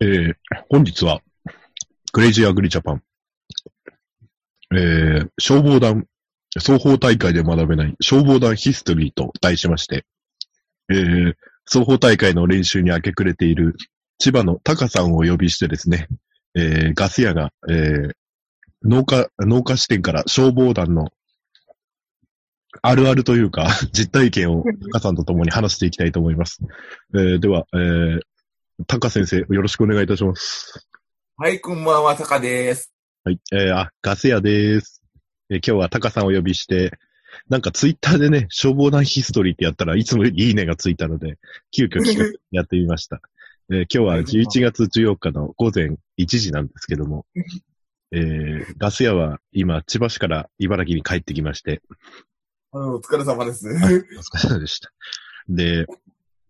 えー、本日は、クレイジーアグリジャパン、えー、消防団、双方大会で学べない消防団ヒストリーと題しまして、えー、双方大会の練習に明け暮れている千葉のタカさんをお呼びしてですね、えー、ガス屋が、えー、農家、農家視点から消防団のあるあるというか、 実体験をタカさんと共に話していきたいと思います。えー、では、えー、タカ先生、よろしくお願いいたします。はい、こんばんは、タカです。はい。えーあ、ガス屋です。えー今日はタカさんをお呼びして、なんかツイッターでね、消防団ヒストリーってやったらいつもよりいいねがついたので、急遽企画やってみました。 えー今日は11月14日の午前1時なんですけども、えーガス屋は今、千葉市から茨城に帰ってきまして、あのお疲れ様です。はいお疲れ様でした。で、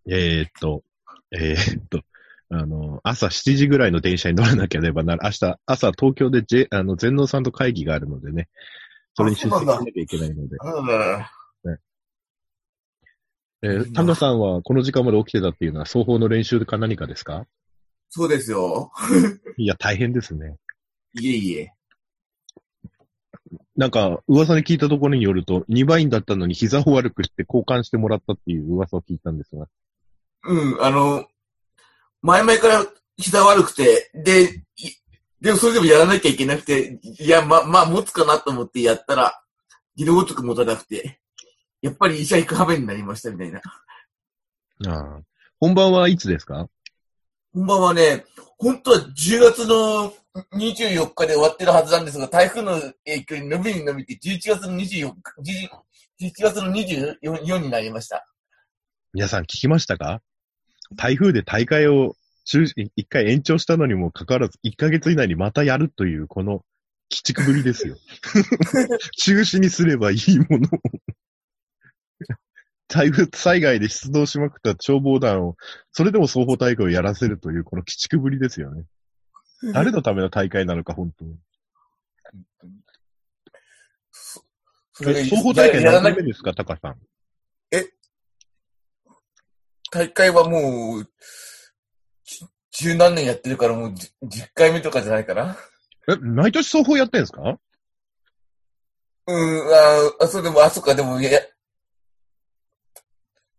えーっと、えーっと、あの、朝7時ぐらいの電車に乗らなければなら、明日、朝東京で、J、あの、全農さんと会議があるのでね、それに出席しなきゃいけないので。あえー、タカさんはこの時間まで起きてたっていうのは、双方の練習か何かですかそうですよ。いや、大変ですね。いえいえ。なんか、噂で聞いたところによると、2バインだったのに膝を悪くして交換してもらったっていう噂を聞いたんですが。うん、あの、前々から膝悪くて、で、いでもそれでもやらなきゃいけなくて、いや、ま、まあ、持つかなと思ってやったら、技能ごとく持たなくて、やっぱり医者行く羽目になりましたみたいな。ああ。本番はいつですか本番はね、本当は10月の24日で終わってるはずなんですが、台風の影響に伸びに伸びて、11月の24日、11月の24になりました。皆さん聞きましたか台風で大会を中止一回延長したのにもかかわらず、1ヶ月以内にまたやるという、この、鬼畜ぶり ですよ。中止にすればいいものを。 台風災害で出動しまくった消防団を、それでも双方大会をやらせるという、この鬼畜ぶりですよね。誰のための大会なのか、本当に。そそれがえいいです双方大会やら何な回きゃ目ですか、タカさん。大会はもう、じ十何年やってるからもうじ10回目とかじゃないかな。え、毎年双方やってんですかうん、あーあ、そうでも、あ、そっか、でも、いや、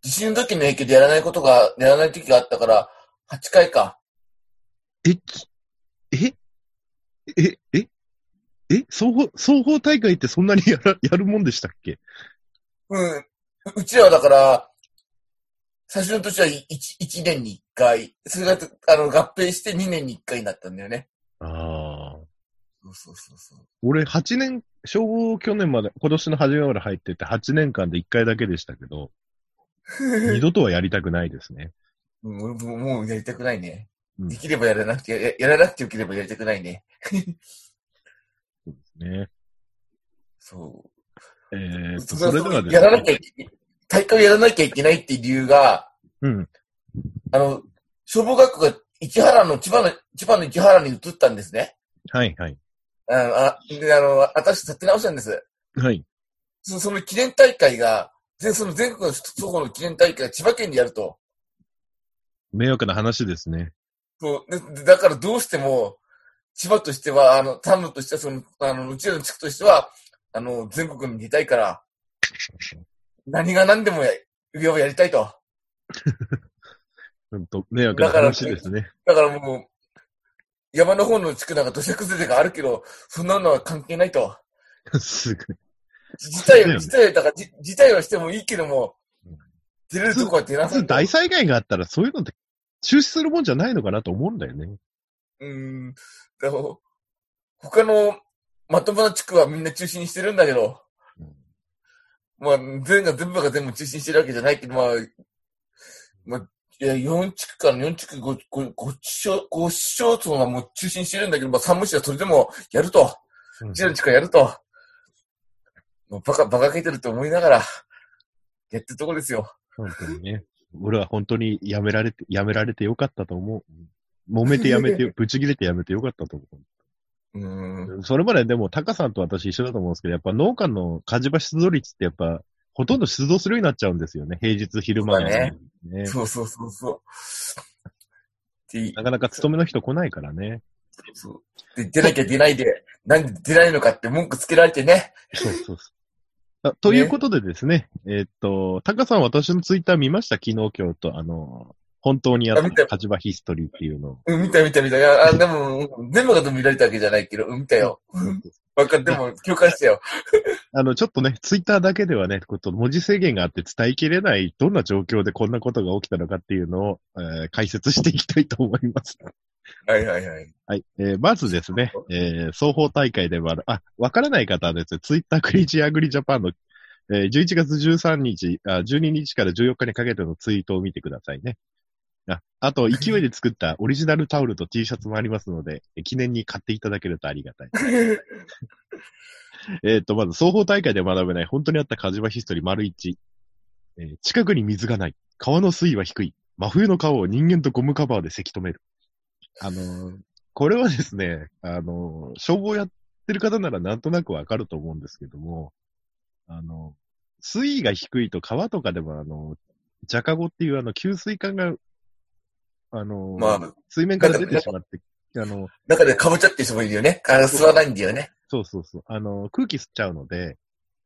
地震の時の影響でやらないことが、やらない時があったから、8回か。え、きえ、え、え、え、双方、双方大会ってそんなにやら、 やるもんでしたっけうん、うちらはだから、最初の年は 1, 一年に1回、それが、あの、合併して2年に1回になったんだよね。ああ。そうそうそうそう。俺8年、消防去年まで、今年の初めまで入ってて8年間で1回だけでしたけど、二度とはやりたくないですね。 うん、俺ももうやりたくないね。うんできればやらなくて、ややらなくてよければやりたくないね。ね。そう。えー、と、そそれれではですね。やらなきゃいけない、大会をやらなきゃいけないっていう理由が、うん。あの、消防学校が市原の、千葉の、千葉の市原に移ったんですね。はい、はい。あの、あであの私立て直したんです。はい。そその記念大会が、全その全国のそこの記念大会が千葉県でやると。迷惑な話ですね。 そうででだからどうしても、千葉としては、あの、丹野としては、その、あの、うちらの地区としては、あの、全国に出たいから、何が何でもや、指輪をやりたいと。うんと、迷惑な話ですね。だからもう、山の方の地区なんか土砂崩れがあるけど、そんなのは関係ないと。 すごい。自体そうだよは、ね自体は、だから、じ自体はしてもいいけどもうん、出れるとこは出な普さ通いと。大災害があったらそういうのって中止するもんじゃないのかなと思うんだよね。うん。だから他のまともな地区はみんな中止にしてるんだけど、うんまあ、全が全部が全部中止にしてるわけじゃないけど、まあ、まあ、いや、4地区から4地区5、5、5市町、5市町村はもう中止にしてるんだけど、まあ、3市はそれでもやると。うちの地区はやると。もうバカ、バカけてると思いながら、やってるとこですよ。本当にね。俺は本当にやめられて、やめられてよかったと思う。揉めてやめ て、ぶち切れてやめてよかったと思う。うん。それまででも、タカさんと私一緒だと思うんですけど、やっぱ農家の火事場出動率ってやっぱ、ほとんど出動するようになっちゃうんですよね。平日昼間が、そうだねねそうそうそうそう。て、なかなか勤めの人来ないからね。そうで、出なきゃ出ないで、なんで出ないのかって文句つけられてね。そうそうそう。あということでですね、えーっと、タカさん私のツイッター見ました昨日今日と、あの、本当にやっあ見たたカジバヒストリーっていうのを。うん、見た見た見た。いやあ、でも、うん全部が見られたわけじゃないけど、うん、見たよ。わかっでも、共感したよ。あの、ちょっとね、ツイッターだけではね、こと文字制限があって伝えきれない、どんな状況でこんなことが起きたのかっていうのを、えー解説していきたいと思います。はいはいはい。はい。えーまずですね、えー、双方大会ではある、あ、わからない方はですね、ツイッタークリージーアグリジャパンの、えー11月13日あ、12日から14日にかけてのツイートを見てくださいね。ああと、勢いで作ったオリジナルタオルと T シャツもありますので、えー記念に買っていただけるとありがたい。えっと、まず、双方大会で学べない、本当にあったカジバヒストリー丸1。えー近くに水がない。川の水位は低い。真冬の川を人間とゴムカバーでせき止める。あのーこれはですね、あの、消防やってる方ならなんとなくわかると思うんですけども、あの、水位が低いと川とかでもあの、ジャカゴっていうあの、給水管が、あの、まあ、水面から出てしまって、あの、中でかぼちゃって人もいるよね。あ吸わないんだよね。そうそうそう、あの、空気吸っちゃうので、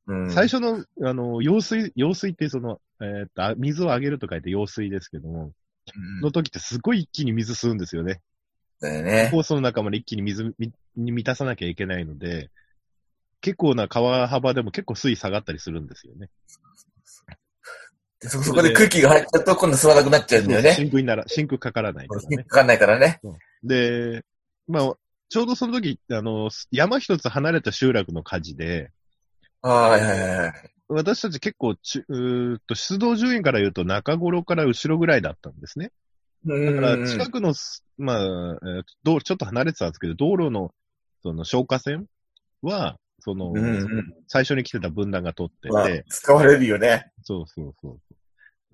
うん。最初の、あの、用水、用水ってその、えーっとあ、水をあげると書いて用水ですけども、うんの時ってすごい一気に水吸うんですよね。だよね。コースの中まで一気に水みに満たさなきゃいけないので、結構な川幅でも結構水位下がったりするんですよね。でそそこで空気が入っちゃうと、今度吸わなくなっちゃうんだよね。真空になら、真空かからないから ね。かかんないからね。で、まあ、ちょうどその時、あの、山一つ離れた集落の火事で、はいはいはいはい。私たち結構ちゅ、うーっと、出動順位から言うと中頃から後ろぐらいだったんですね。うんだから近くのす、まあ、えー道ちょっと離れてたんですけど、道路の、その消火栓は、その、うんうん最初に来てた分断が取ってて、まあ使われるよね。そうそうそうそ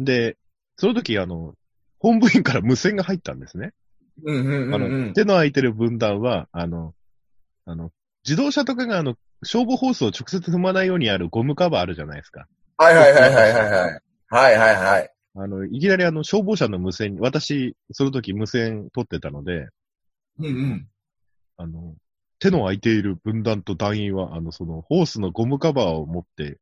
う。で、その時、あの、本部員から無線が入ったんですね。うんうんあうんうの、ん。手の空いてる分断は、あの、あの、自動車とかが、あの、消防ホースを直接踏まないようにあるゴムカバーあるじゃないですか。はいはいはいはいはいはい。はいはいはい。あの、いきなりあの、消防車の無線に、私、その時無線取ってたので、うんうん。あの、手の空いている分断と団員は、あの、その、ホースのゴムカバーを持って、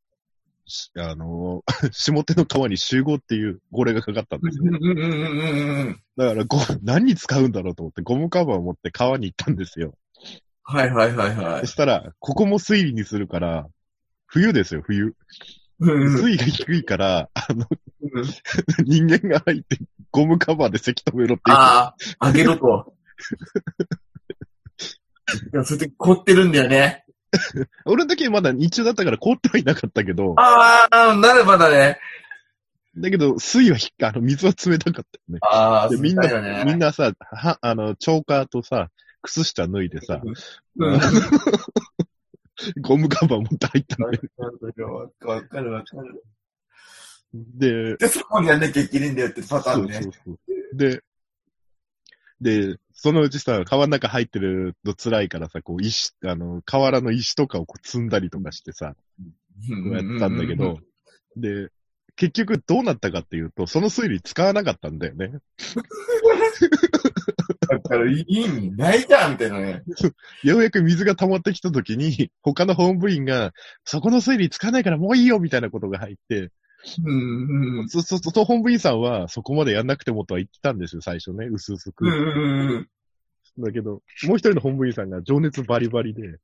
しあの、 下手の川に集合っていう号令がかかったんですようんうんうんうんうんうん。だからゴ、何に使うんだろうと思って、ゴムカバーを持って川に行ったんですよ。はいはいはいはそい。したら、ここも水位にするから、冬ですよ、冬。うんうん水位が低いから、あの、人間が入って、ゴムカバーでせき止めろっていう。ああ、あげろと。いや、それで凍ってるんだよね。俺の時まだ日中だったから凍ってはいなかったけど、ああ、なればだね。だけど、水位は低い、あの、水は冷たかったよああ、ね。で、みんそうだよな、ねみんなさ、は、あの、チョーカーとさ、靴下脱いでさ、うん。わ ゴムカバー持って入ったんだよ。かるわかる。で、で、そこにやんなきゃいけないんだよってパターンそうね。そうそう。で、で、そのうちさ、川の中入ってるの辛いからさ、こう石、あの、河原の石とかをこう積んだりとかしてさ、うこうやったんだけうど、で、結局どうなったかっていうと、その推理使わなかったんだよね。だから、いい意味ないじゃん、みたいなね。ようやく水が溜まってきた時に、他の本部員が、そこの推理使わないからもういいよみたいなことが入って、うんうんそ、そ、そ、本部員さんはそこまでやんなくてもとは言ってたんですよ、最初ね、薄々うく。んうんだけど、もう一人の本部員さんが情熱バリバリで、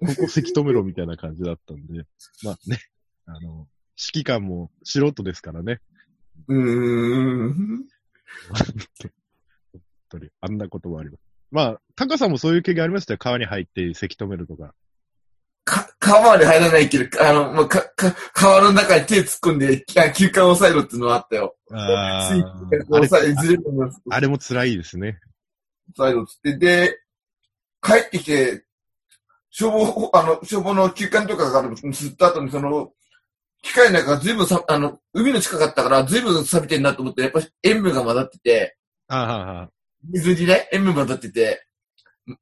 ここせき止めろみたいな感じだったんで、まあね、あの、指揮官も素人ですからね、うんうん。本当に、あんなこともあります。まあ、タカさんもそういう経験ありましたよ。川に入ってせき止めるとか。か、川まで入らないけど、あの、まあ、か、か、川の中に手突っ込んで、きあ休館を抑えろっていうのはあったよ。あ水がこう抑え、いずれもあれも辛いですね。抑えろってって、で、帰ってきて、消防、あの、消防の休館とかから吸った後に、その、機械の中が随分さ、あの、海の近かったから、随分錆びてるなと思って、やっぱり塩分が混ざってて、ああああ、水にね、塩分混ざってて、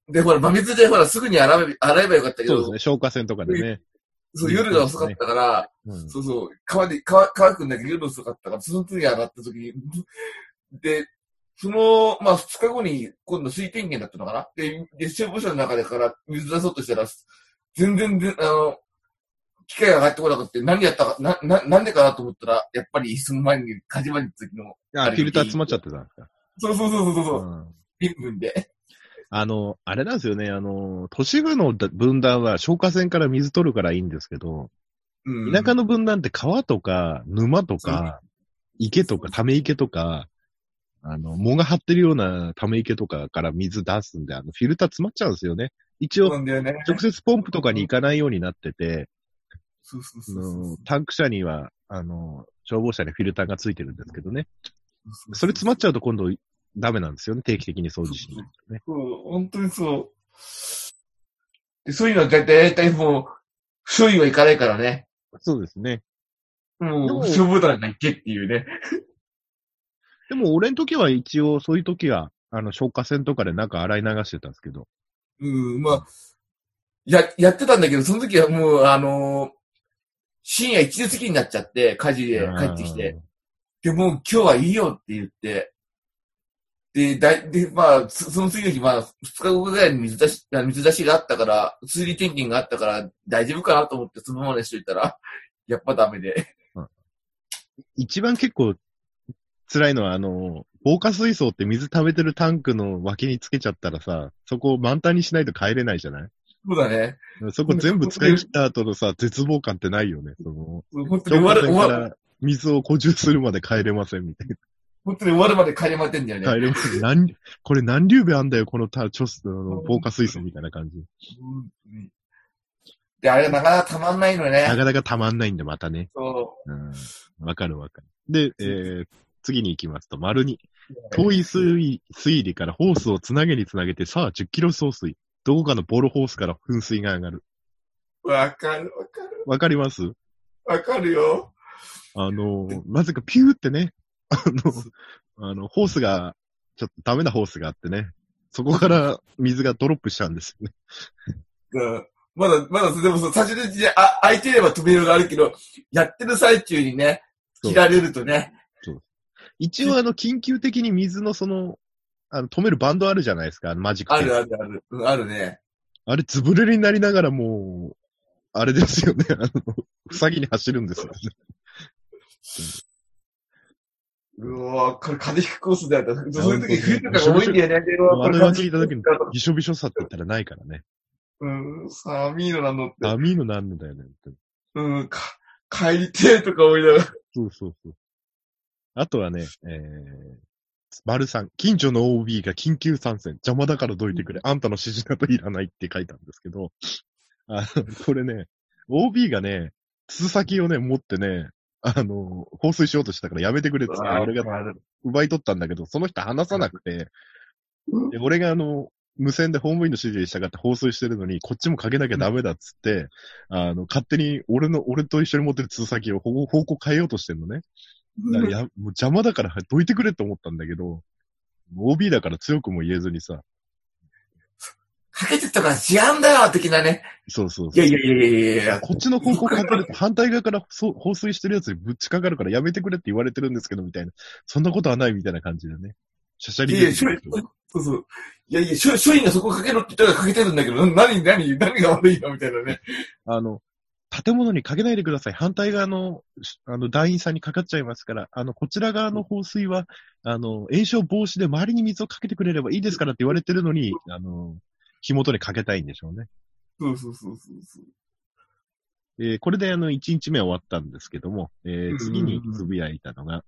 で、ほら、真水でほら、すぐに洗え洗えばよかったけそうど、ですね。消火栓とかでね。そう夜が遅かったから、うん、そうそう、川で、川、川くんだけど夜遅かったから、その時洗った時に、で、その、まあ、二日後に、今度水点検だったのかなで、で、消防署の中でから水出そうとしたら、全然、全あの、機械が上がってこなくて、何やったか、な、な、なんでかなと思ったら、やっぱり、その前に、火事場に行った時の、あ、フィルター詰まっちゃってたんですか。そうそうそうそうそうう、ん塩分で。あの、あれなんですよね、あの、都市部の分断は消火栓から水取るからいいんですけど、うん。田舎の分断って川とか沼とか池とかため池とか、あの、藻が張ってるようなため池とかから水出すんで、あの、フィルター詰まっちゃうんですよね。一そう応、なんだよね。直接ポンプとかに行かないようになってて、そうそうあそうそうのタンク車には、あの、消防車にフィルターがついてるんですけどね。そう。それ詰まっちゃうと今度ダメなんですよね。定期的に掃除しないとね。そう、本当にそう。で、そういうのは大体、大体もう、所有はいかないからね。そうですね。でももう、消防団が行けっていうね。でも俺の時は一応そういう時は、あの、消火栓とかで中洗い流してたんですけど。うん、まあ、や、やってたんだけど、その時はもう、あのー深夜1時過ぎになっちゃって、火事で帰ってきて。で、もう今日はいいよって言って、で、だい、で、まあ、そその次の日、まあ、2日後ぐらいに水出し、あ水出しがあったから、水利点検があったから、大丈夫かなと思って、そのままにしといたら、やっぱダメで。一番結構辛いのは、あの、防火水槽って水溜めてるタンクの脇につけちゃったらさ、そこを満タンにしないと帰れないじゃないそうだね。そこ全部使い切った後のさ、絶望感ってないよね。その、本当消に終わ火る、栓終かわる、ら水を補充するまで帰れませんみたい本当に終わるまで帰れませんだよね。な。帰れません。何、これ何竜部あんだよ、このタ、チョス、あの、防火水槽みたいな感じ。本当にで、あれがなかなかたまんないのね。なかなかたまんないんで、またね。そうんわかるわかる。で、えー次に行きますと、丸2。遠い水水理からホースをつなげにつなげて、さあ10キロ送水。どこかのボールホースから噴水が上がる。う。わかる、わかる、わかりますわかるよ。あのー、なぜかピューってね、あの、あの、ホースが、ちょっとダメなホースがあってね、そこから水がドロップしちゃうんですよね。うんまだ、まだ、でもそう、最初のうちに、あ、開いてれば扉があるけど、やってる最中にね、そう切られるとね。一応あの、緊急的に水のその、あの、止めるバンドあるじゃないですか、あのマジックあテープるあるある。うんあるね。あれ、ずぶ濡れになりながらもう、あれですよね。あの、塞ぎに走るんですよね。うわこれ風邪ひくコースだよ。そういう時、本当に冬とかが多いんだよね。でもあこれのが風邪聞ひいた時にくから、びしょびしょさって言ったらないからね。うん、寒いのなのって。網のなんだよね。うん、か、帰りてえとか思いながら。そうそうそう。あとはね、えー、丸さん、近所の OB が緊急参戦、邪魔だからどいてくれ、あんたの指示などいらないって書いたんですけど、あこれね、OB がね、筒先をね、持ってね、あの、放水しようとしたからやめてくれって言って、俺が奪い取ったんだけど、その人話さなくて、で俺があの、無線でホームインの指示に従って放水してるのに、こっちもかけなきゃダメだっつって、あの、勝手に俺の、俺と一緒に持ってる通先を方方向変えようとしてんのね。だからやもう邪魔だからどいてくれと思ったんだけど、OB だから強くも言えずにさ、かけてたから治安だよ的なね。そうそういそう。やいやいやいやいや。こっちの方向かけると反対側からそう放水してるやつにぶちかかるからやめてくれって言われてるんですけど、みたいな。そんなことはないみたいな感じでね。しゃしゃいりやいや、所員、そうそう。いやいや、所所員がそこかけろって言ったからかけてるんだけど、な何、何、何が悪いのみたいなね。あの、建物にかけないでください。反対側の、しあの、団員さんにかかっちゃいますから、あの、こちら側の放水は、あの、炎症防止で周りに水をかけてくれればいいですからって言われてるのに、あの、火元にかけたいんでしょうね。そうそうそうそうそう。えーこれであの、1日目終わったんですけども、えうんー、次につぶやいたのが、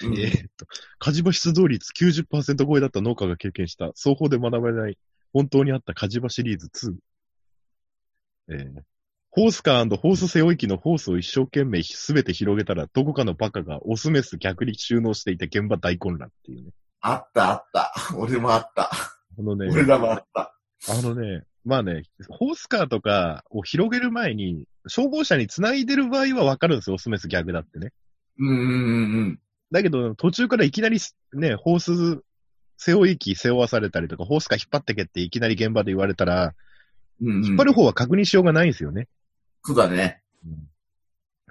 うんえーっと、火事場出動率90%超えだった農家が経験した、双方で学べない、本当にあった火事場シリーズ2。えーホースカーホース背負い機のホースを一生懸命すべて広げたら、どこかのバカがオスメス逆に収納していて現場大混乱っていうね。あったあった。俺もあった。あのね、俺らもあった。あのね、まあね、ホースカーとかを広げる前に、消防車に繋いでる場合はわかるんですよ、オスメス逆だってね。うんうんうんだけど、途中からいきなりすね、ホース、背負い機背負わされたりとか、ホースから引っ張ってけっていきなり現場で言われたら、うん。うんうん引っ張る方は確認しようがないんですよね。そうだね。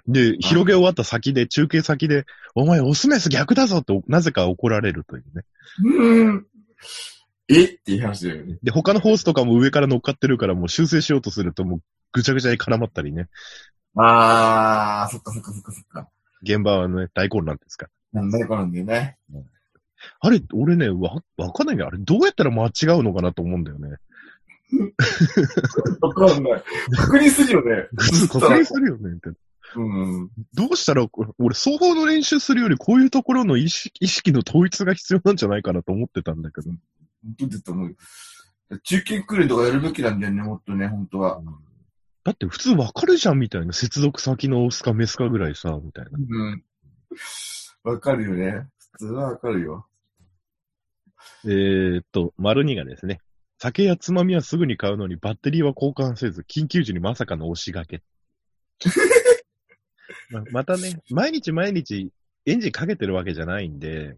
で、広げ終わった先で、中継先で、お前オスメス逆だぞと、なぜか怒られるというね。うん。えっていう話だよね。で、他のホースとかも上から乗っかってるから、もう修正しようとすると、もうぐちゃぐちゃに絡まったりね。あー、そっかそっかそっかそっか。現場はね、大混乱ですから。なんだよ、こなんだよね。あれ、俺ね、わ、わかんないんだよ。あれ、どうやったら間違うのかなと思うんだよ ね。わかんない。確認するよね。確認するよね、みたいな。うん。どうしたら、これ俺、総合の練習するより、こういうところの意識意識の統一が必要なんじゃないかなと思ってたんだけど。本当だと思うよ。中堅訓練とかやるべきなんだよね、もっとね、本当は。だって普通わかるじゃんみたいな。接続先のオスかメスかぐらいさ、みたいな。うん。わかるよね。普通はわかるよ。えーっと、丸2がですね。酒やつまみはすぐに買うのにバッテリーは交換せず、緊急時にまさかの押しが け。ままたね、毎日毎日エンジンかけてるわけじゃないんで、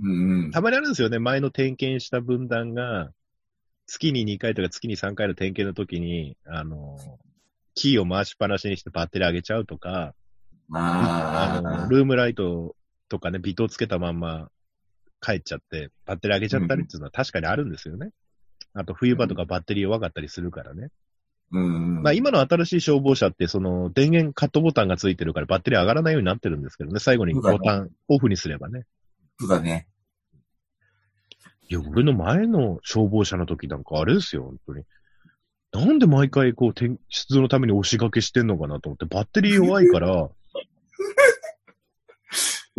うんうん。たまにあるんですよね。前の点検した分断が、月に2回とか月に3回の点検の時に、あの、キーを回しっぱなしにしてバッテリー上げちゃうとか、ああの、あ。ルームライトとかね、ビートをつけたまんま帰っちゃって、バッテリー上げちゃったりっていうのは確かにあるんですよね。あと冬場とかバッテリー弱かったりするからね。うん。まあ今の新しい消防車ってその電源カットボタンがついてるからバッテリー上がらないようになってるんですけどね、最後にボそうタンオフにすればね。そうだね。いや、俺の前の消防車の時なんかあれですよ、本当に。なんで毎回こう、点出のために押し掛けしてんのかなと思って、バッテリー弱い から、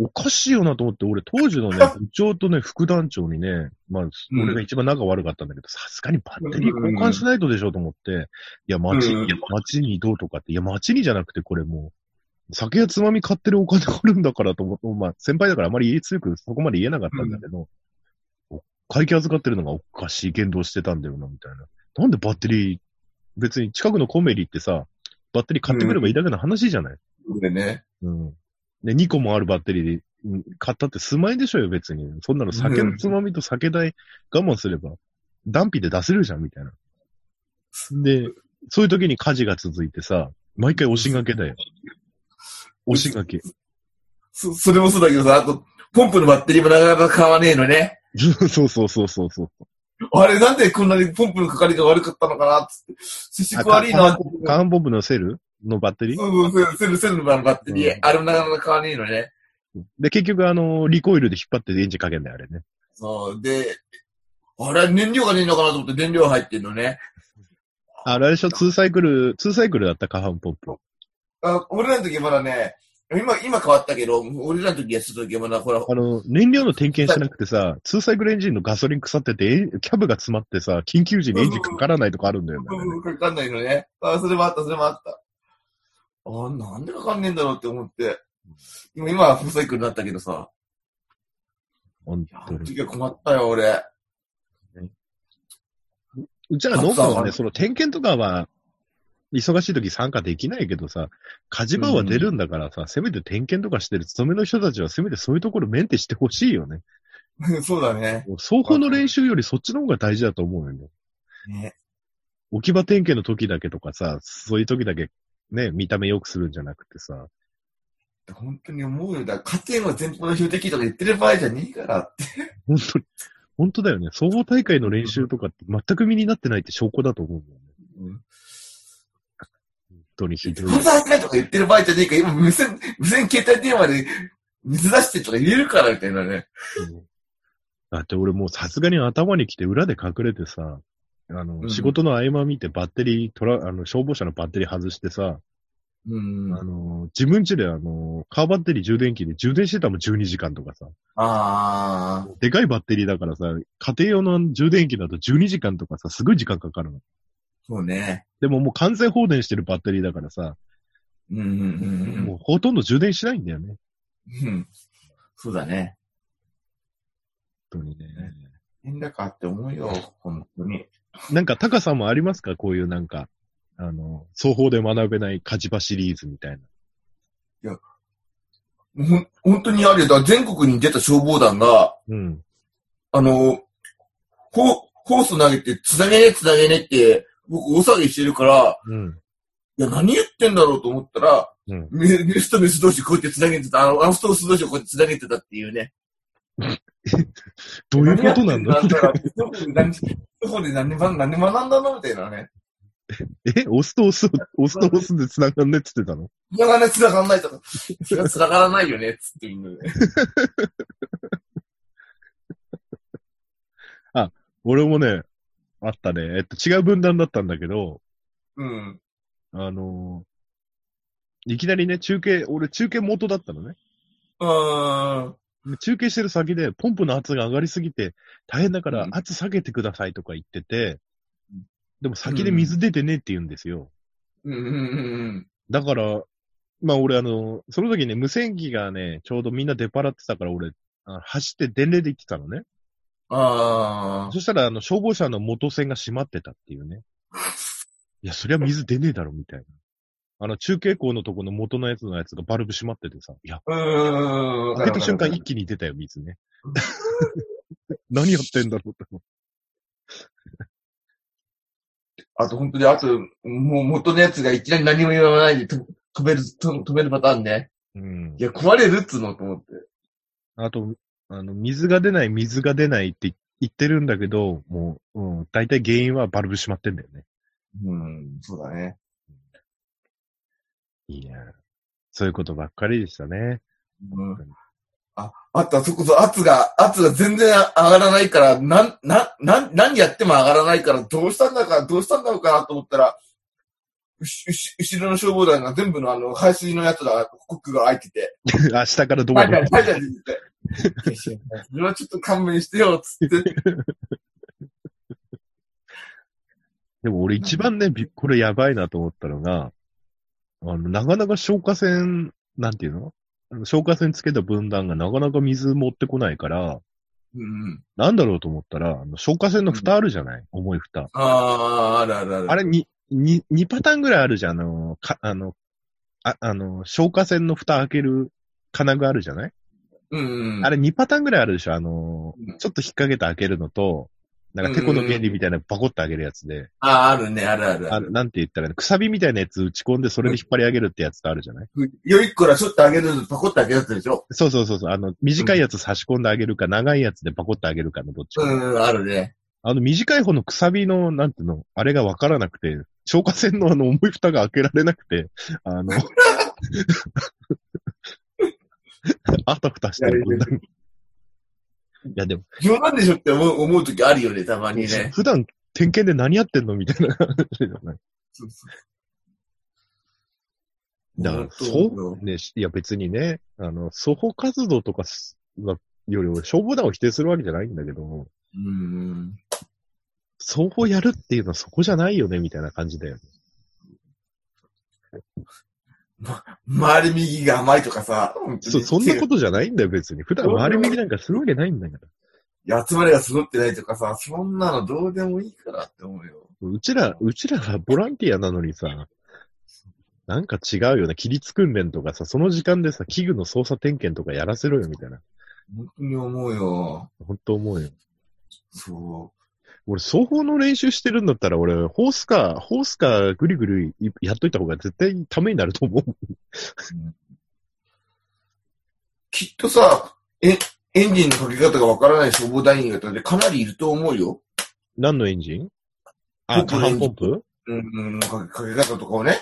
おかしいよなと思って、俺当時の ね、部長とね、副団長にね、まあ、ん俺が一番仲悪かったんだけど、さすがにバッテリー交換しないとでしょと思って、いや、街、うんいや街にどうとかって、いや、街にじゃなくてこれもう、酒やつまみ買ってるお金があるんだからと思って、まあ、先輩だからあまり言い強くそこまで言えなかったんだけど、会計預かってるのがおかしい言動してたんだよな、みたいな。なんでバッテリー、別に近くのコメリってさ、バッテリー買ってくればいいだけの話じゃない、これね。うん、で、2個もあるバッテリーでうん買ったってすまいでしょよ、別に。そんなの酒のつまみと酒代我慢すれば、断費で出せるじゃん、みたいな。で、そういう時に火事が続いてさ、毎回押し掛けだよ。押し掛け。 そ、それもそうだけどさ、あと、ポンプのバッテリーもなかなか買わねえのね。そうそうそうそうそう。 あれ、なんでこんなにポンプの係が悪かったのかなっつって。接触悪いなって。カーンボブのセルのバッテリーそうそうそう、セルセルのバッテリー。うんあれもなかなか買わねえのね。で、結局、あの、リコイルで引っ張ってエンジンかけんだよ、あれね。そう、で、あれ、燃料がねえのかなと思って燃料入ってんのね。あれでしょ、2サイクル、2サイクルだったカハンポンプ。あ俺らの時まだね、今、今変わったけど、俺らの時やってた時はまだ、ほら、あの、燃料の点検しなくてさ、2サイクルエンジンのガソリン腐ってて、エンキャブが詰まってさ、緊急時にエンジンかからないとかあるんだよね。かかんないのね。あ、それもあった、それもあった。あ、なんでかかんねえんだろうって思って。今、今はフルサイクルになったけどさ。本いや、あ当のに。時は困ったよ、俺。 うちら農家はね、その点検とかは、忙しい時参加できないけどさ、火事場は出るんだからさ、せめて点検とかしてる勤めの人たちはせめてそういうところメンテしてほしいよね。そうだね。もう双方の練習よりそっちの方が大事だと思うよね。ね。置き場点検の時だけとかさ、そういう時だけね、見た目良くするんじゃなくてさ、本当に思うよ。だから家庭の全般の標的とか言ってる場合じゃねえからって。本当に、本当だよね。総合大会の練習とかって全く身になってないって証拠だと思うんだよね。うん。本当にひどい。働きないとか言ってる場合じゃねえから、今、無線、無線携帯電話で水出してとか言えるから、みたいなね。うんだって俺もうさすがに頭に来て裏で隠れてさ、あの、うん仕事の合間見てバッテリー、トラ、あの、消防車のバッテリー外してさ、うんあの、自分家であの、カーバッテリー充電器で充電してたもん12時間とかさ。あでかいバッテリーだからさ、家庭用の充電器だと12時間とかさ、すごい時間かかるの。そうね。でももう完全放電してるバッテリーだからさ、うんうんうんもうほとんど充電しないんだよね。うん。うん。そうだね。本当にね。変だかって思うよ、本当に。なんか、タカさんもありますかこういうなんか、あの、双方で学べない火事場シリーズみたいな。ほん本当にあるよ。だから全国に出た消防団が、うん。あの、ホホース投げて、つなげね、つなげねって、僕大騒ぎしてるから、うん。いや、何言ってんだろうと思ったら、うんメメスとメス同士こうやって繋げてた、あの、アスとオス同士をこうやって繋げてたっていうね。どういうことなんだ何やってんのあんたらどこで何、どこで何、何学んだのみたいなね。え、オスとオス、オスとオスで繋がんねっつってたの繋がらない、繋がらないとか。繋がらないよね、つってみんなね。俺もね、あったね。えっと、違う分断だったんだけど、うん。あのーいきなりね、中継、俺中継元だったのね。うーん。で中継してる先で、ポンプの圧が上がりすぎて、大変だからうん圧下げてくださいとか言っててうん、でも先で水出てねって言うんですよ。うんうんうんだから、まあ俺あの、その時ね、無線機がね、ちょうどみんな出払ってたから俺、あ走って電霊で行ってたのね。うん。ああ。そしたら、あの、消防車の元栓が閉まってたっていうね。いや、そりゃ水出ねえだろ、みたいな。あの、中継口のとこの元のやつのやつがバルブ閉まっててさ、いや、うーん。開けた瞬間一気に出たよ、水ねうん。 何やってんだろうと。あと本当に、あと、もう元のやつがいきなり何も言わないでと止める、と止めるパターンね。うんい。や、壊れるっつうのと思って。あと、あの、水が出ない、水が出ないって言ってるんだけど、もう、うん、大体原因はバルブ閉まってんだよね。うん、そうだね。いやそういうことばっかりでしたね。うん。あ、あとはそこそ圧が、圧が全然上がらないから、なん、な、なん、何やっても上がらないから、どうしたんだか、どうしたんだろうかなと思ったら、うし、うし、後ろの消防団が全部のあの、排水のやつら、コックが開いてて、 明日からどうはいも はい、はいはい、って。それはちょっと勘弁してよ、つって。でも俺一番ね、びこれやばいなと思ったのが、あの、なかなか消火栓、なんていうのあの消火栓つけた分断がなかなか水持ってこないから、うん。なんだろうと思ったら、あの消火栓の蓋あるじゃない、重い蓋。あー、あるあるある。あれに、に、2パターンぐらいあるじゃん。あの、か、あの、あ、あの、消火栓の蓋開ける金具あるじゃない、うんうん。あれ2パターンぐらいあるでしょあのうん、ちょっと引っ掛けて開けるのと、なんかテコの原理みたいなバコって開けるやつで、あー、あるね、あるあるあある。なんて言ったらいいの、くさびみたいなやつ打ち込んでそれで引っ張り上げるってやつがあるじゃないよいっこらちょっと上げるの、パコって上げるやつでしょそうそうそうそう、あの、短いやつ差し込んであげるか、長いやつでパコってあげるかのどっちか。うん、あるね。あの、短い方のくさびの、なんていうの、あれがわからなくて、消火栓のあの、重い蓋が開けられなくて、あ の、あたふたしてる。いやいやいや、でも、冗談でしょって思う、思うときあるよね、たまにね。普段、点検で何やってんのみたいな話じゃない。そうそうだから、そう、ね、しいや別にね、あの、祖保活動とかすはより、俺消防団を否定するわけじゃないんだけど、うん。双方やるっていうのはそこじゃないよね、みたいな感じだよね。周り右が甘いとかさ。。そう、そんなこととじゃないんだよ、別に。普段周り右なんかするわけないんだから。いや集まりが揃ってないとかさ、そんなのどうでもいいからって思うよ。うちら、うちらはボランティアなのにさ、なんか違うよね。規律訓練とかさ、その時間でさ、器具の操作点検とかやらせろよ、みたいな。本当に思うよ。本当思うよ。そ俺、双方の練習してるんだったら、俺、ホースカー、ホースカーぐりぐりやっといた方が絶対ためになると思う。 う。きっとさ、え、エンジンのかけ方がわからない消防団員方でかなりいると思うよ。何のエンジンあ、ポ下半ンプのエポンンプうん、うん、かけかけ方とかをね、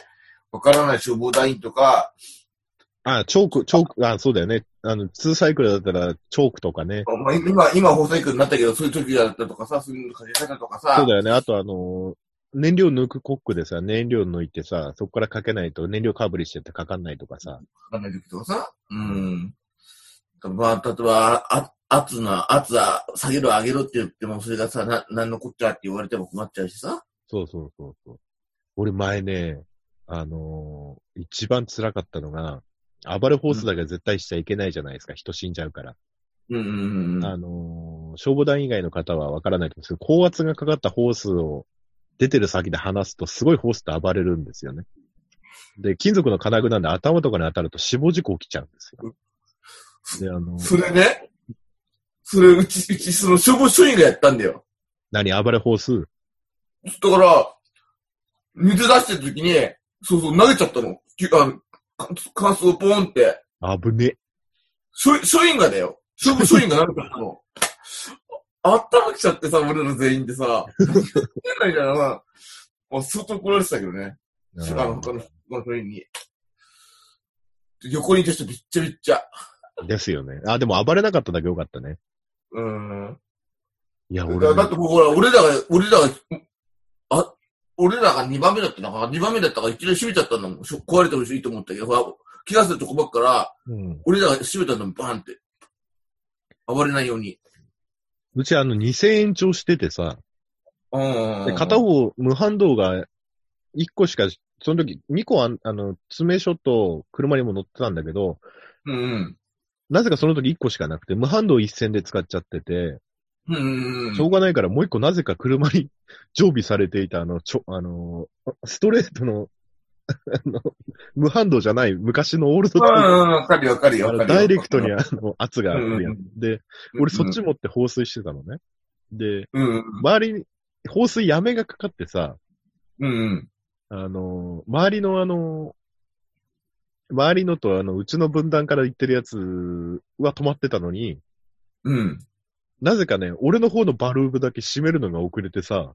わからない消防団員とか、あ、チョーク、チョーク、あ、そうだよね。あの、ツーサイクルだったら、チョークとかね。まあ、今、今、放送局になったけど、そういう時だったとかさ、そういうのかけ方とかさ、そうだよね。あとあのー燃料抜くコックでさ、燃料抜いてさ、そこからかけないと燃料かぶりしててかかんないとかさ。わかんない時とかさ、うん。まあ、例えば、あ圧な、圧は下げろ上げろって言っても、それがさ、な、なんのこっちゃって言われても困っちゃうしさ。そうそうそうそう。俺前ね、あのー一番辛かったのが、暴れホースだけは絶対しちゃいけないじゃないですか。人死んじゃうから。うんうんうん。あのー消防団以外の方はわからないと思うんですけど、高圧がかかったホースを出てる先で離すと、すごいホースって暴れるんですよね。で、金属の金具なんで頭とかに当たると死亡事故起きちゃうんですよ。で、あのーそれね、それ、うち、うち、その消防署員がやったんだよ。何暴れホースだから、水出してる時に、そうそう、投げちゃったの。きあのか感想をポンって、危ね。書書院がだよ。書書院がなんかあの、 あ頭きちゃってさ、俺ら全員でさ、何言ってないからな。まあ、相当怒られてたけどね。あの、他の、他の書院に。で横にいた人びっちゃびっちゃ。ですよね。あ、でも暴れなかっただけよかったね。うん。いや、だ俺だねってもうほら、俺らが、俺らが、あ、俺らが2番目だったのかな、2番目だったから一度閉めちゃったんだもん。しょ壊れてほしいと思ったけど、ほら、気がするとこばっから、うん。俺らが閉めたんだもん、バーンって。暴れないように。うちあの2000円帳しててさ、うで片方無反動が1個しか、その時2個あんあの、詰め所と車にも乗ってたんだけど、うんうん。なぜかその時1個しかなくて、無反動一線で使っちゃってて、うんうんうん。しょうがないからもう1個なぜか車に常備されていたあの、ちょ、あの、ストレートの、あの、無反動じゃない昔のオールドうんうタイん、わかるよわかるプよあわかのるよ。ダイレクトにあの圧があるやうんん。で、俺そっち持って放水してたのね。で、うんうん。周りに、放水やめがかかってさ、うんうん。あのー周りのあのー周りのとあの、うちの分断から行ってるやつは止まってたのに、うん。なぜかね、俺の方のバルーブだけ閉めるのが遅れてさ、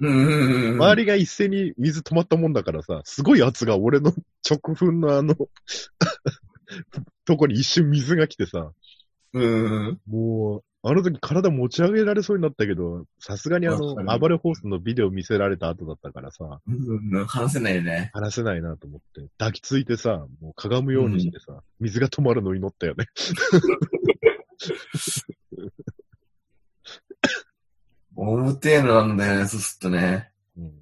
うんうんうんうん。周りが一斉に水止まったもんだからさ、すごい圧が俺の 直噴のあの、とこに一瞬水が来てさ、うんうん。もう、あの時体持ち上げられそうになったけど、さすがにあのわか、る暴れ放送のビデオ見せられた後だったからさ、うんうん。話せないよね。話せないなと思って、抱きついてさ、もうかがむようにしてさ、水が止まるのを祈ったよね。重てえのなんだよね、そうするとね。うん、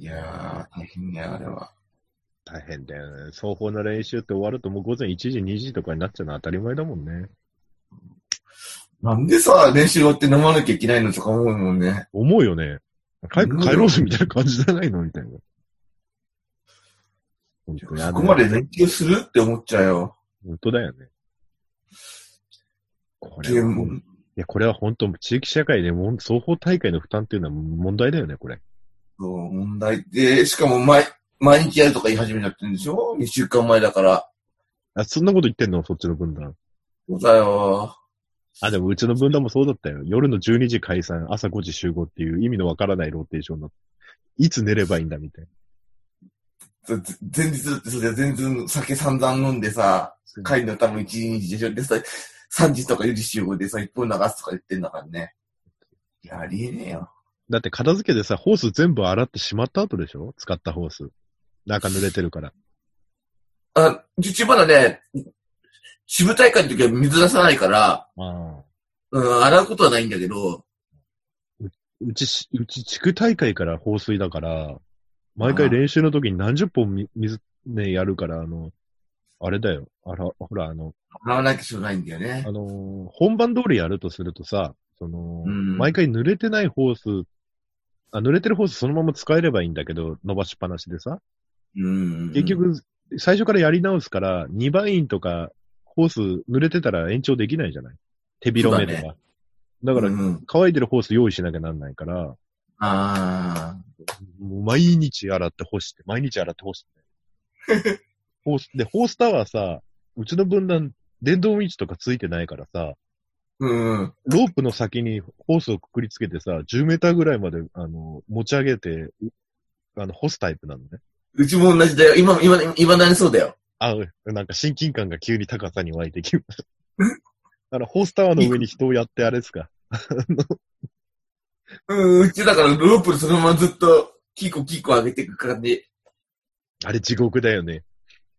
いやー、大変だよ、あれは。大変だよね。双方の練習って終わるともう午前1時、2時とかになっちゃうのは当たり前だもんね。なんでさ、練習終わって飲まなきゃいけないのとか思うもんね。思うよね。早く帰ろうぜみたいな感じじゃないのみたいな。本当にあそのこまで勉強するって思っちゃうよ。本当だよね。これゲーはムいや、これは本当、地域社会でも双方大会の負担っていうのは問題だよね、これ。の問題で、しかも毎、毎日やるとか言い始めちゃってるんでしょ ?2 週間前だから。あ、そんなこと言ってんのそっちの分断。そうだよ。あ、でもうちの分断もそうだったよ。夜の12時解散、朝5時集合っていう意味のわからないローテーションの。いつ寝ればいいんだみたいぜ前日だってそうだよ。前日酒散々飲んでさ、な。帰りの多分1時、2時でしょでさ、3時とか4時集合でさ、1本流すとか言ってんだからね。いや、ありえねえよ。だって片付けでさ、ホース全部洗ってしまった後でしょ使ったホース。中濡れてるから。あ、うちまだね、支部大会の時は水出さないから、ああ。うん、洗うことはないんだけど、うちし、うち地区大会から放水だから、毎回練習の時に何十本み水ね、やるから、あの、あれだよ。あら、ほら、あの、洗わなきゃしょうがないんだよねあ。のー本番通りやるとするとさ、その、うん毎回濡れてないホース、あ、濡れてるホースそのまま使えればいいんだけど、伸ばしっぱなしでさ、うん。結局、最初からやり直すから、2番インとか、ホース濡れてたら延長できないじゃない手広めとか。そうだうかん、ら、うん、乾いてるホース用意しなきゃなんないから、ああ。もう毎日洗って干して、毎日洗って干して。ホース、で、ホースターはさ、うちの分断、電動ウィンチとかついてないからさ、うん。ロープの先にホースをくくりつけてさ、10メーターぐらいまで、あの、持ち上げて、うあの、干すタイプなのね。うちも同じだよ。今、今、今なりそうだよ。あ、なんか親近感が急に高さに湧いてきました。あの、ホースタワーの上に人をやってあれですか。うん、うちだからロープでそのままずっと、キーコキーコ上げていく感じ。あれ地獄だよね。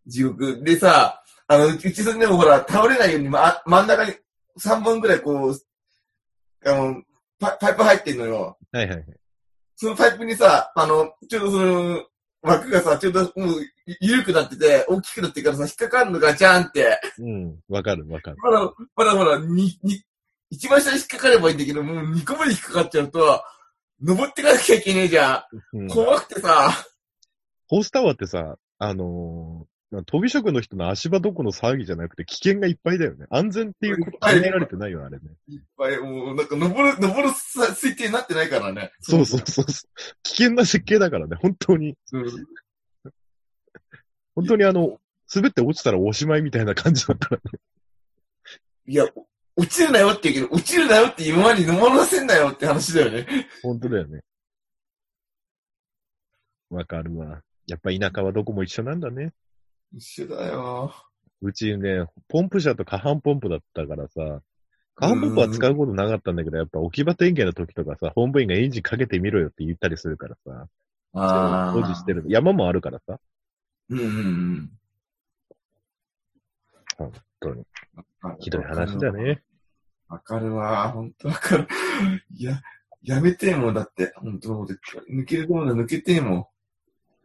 地獄。でさ、あの、うちうちそれでもほら、倒れないように、ま、真ん中に3本ぐらいこう、あの、パパイプ入ってんのよ。はいはいはい。そのパイプにさ、あの、ちょうどその、枠がさ、ちょうどもう、ゆ緩くなってて、大きくなってからさ、引っかかるのがジャーンって。うん。わかるわかる。まだ、まだほら、に、に、一番下に引っかかればいいんだけど、もう二個目に引っかかっちゃうと、登ってかなきゃいけねえじゃ。うんん怖くてさ、ホースタワーってさ、あのー飛び職の人の足場どこの騒ぎじゃなくて危険がいっぱいだよね。安全っていうこと考えられてないよ、あれね。いっぱい、もう、なんか、登る、登るさ推定になってないからね。そうそうそうそう。危険な設計だからね、本当に。うん。本当にあの、滑って落ちたらおしまいみたいな感じだ から、いや、落ちるなよって言うけど、落ちるなよって今まで飲まらせんなよって話だよね。本当だよね。わかるわ。やっぱ田舎はどこも一緒なんだね。一緒だよ。うちね、ポンプ車と下半ポンプだったからさ、下半ポンプは使うことなかったんだけど、やっぱ置き場点検の時とかさ、本部員がエンジンかけてみろよって言ったりするからさ、あ工事してる。山もあるからさ、うんうんうん。本当にひどい話だ。ね。わかるわ、ほんとわかる。いや、やめてもんだって、ほんと、俺抜けるものは抜けてもん。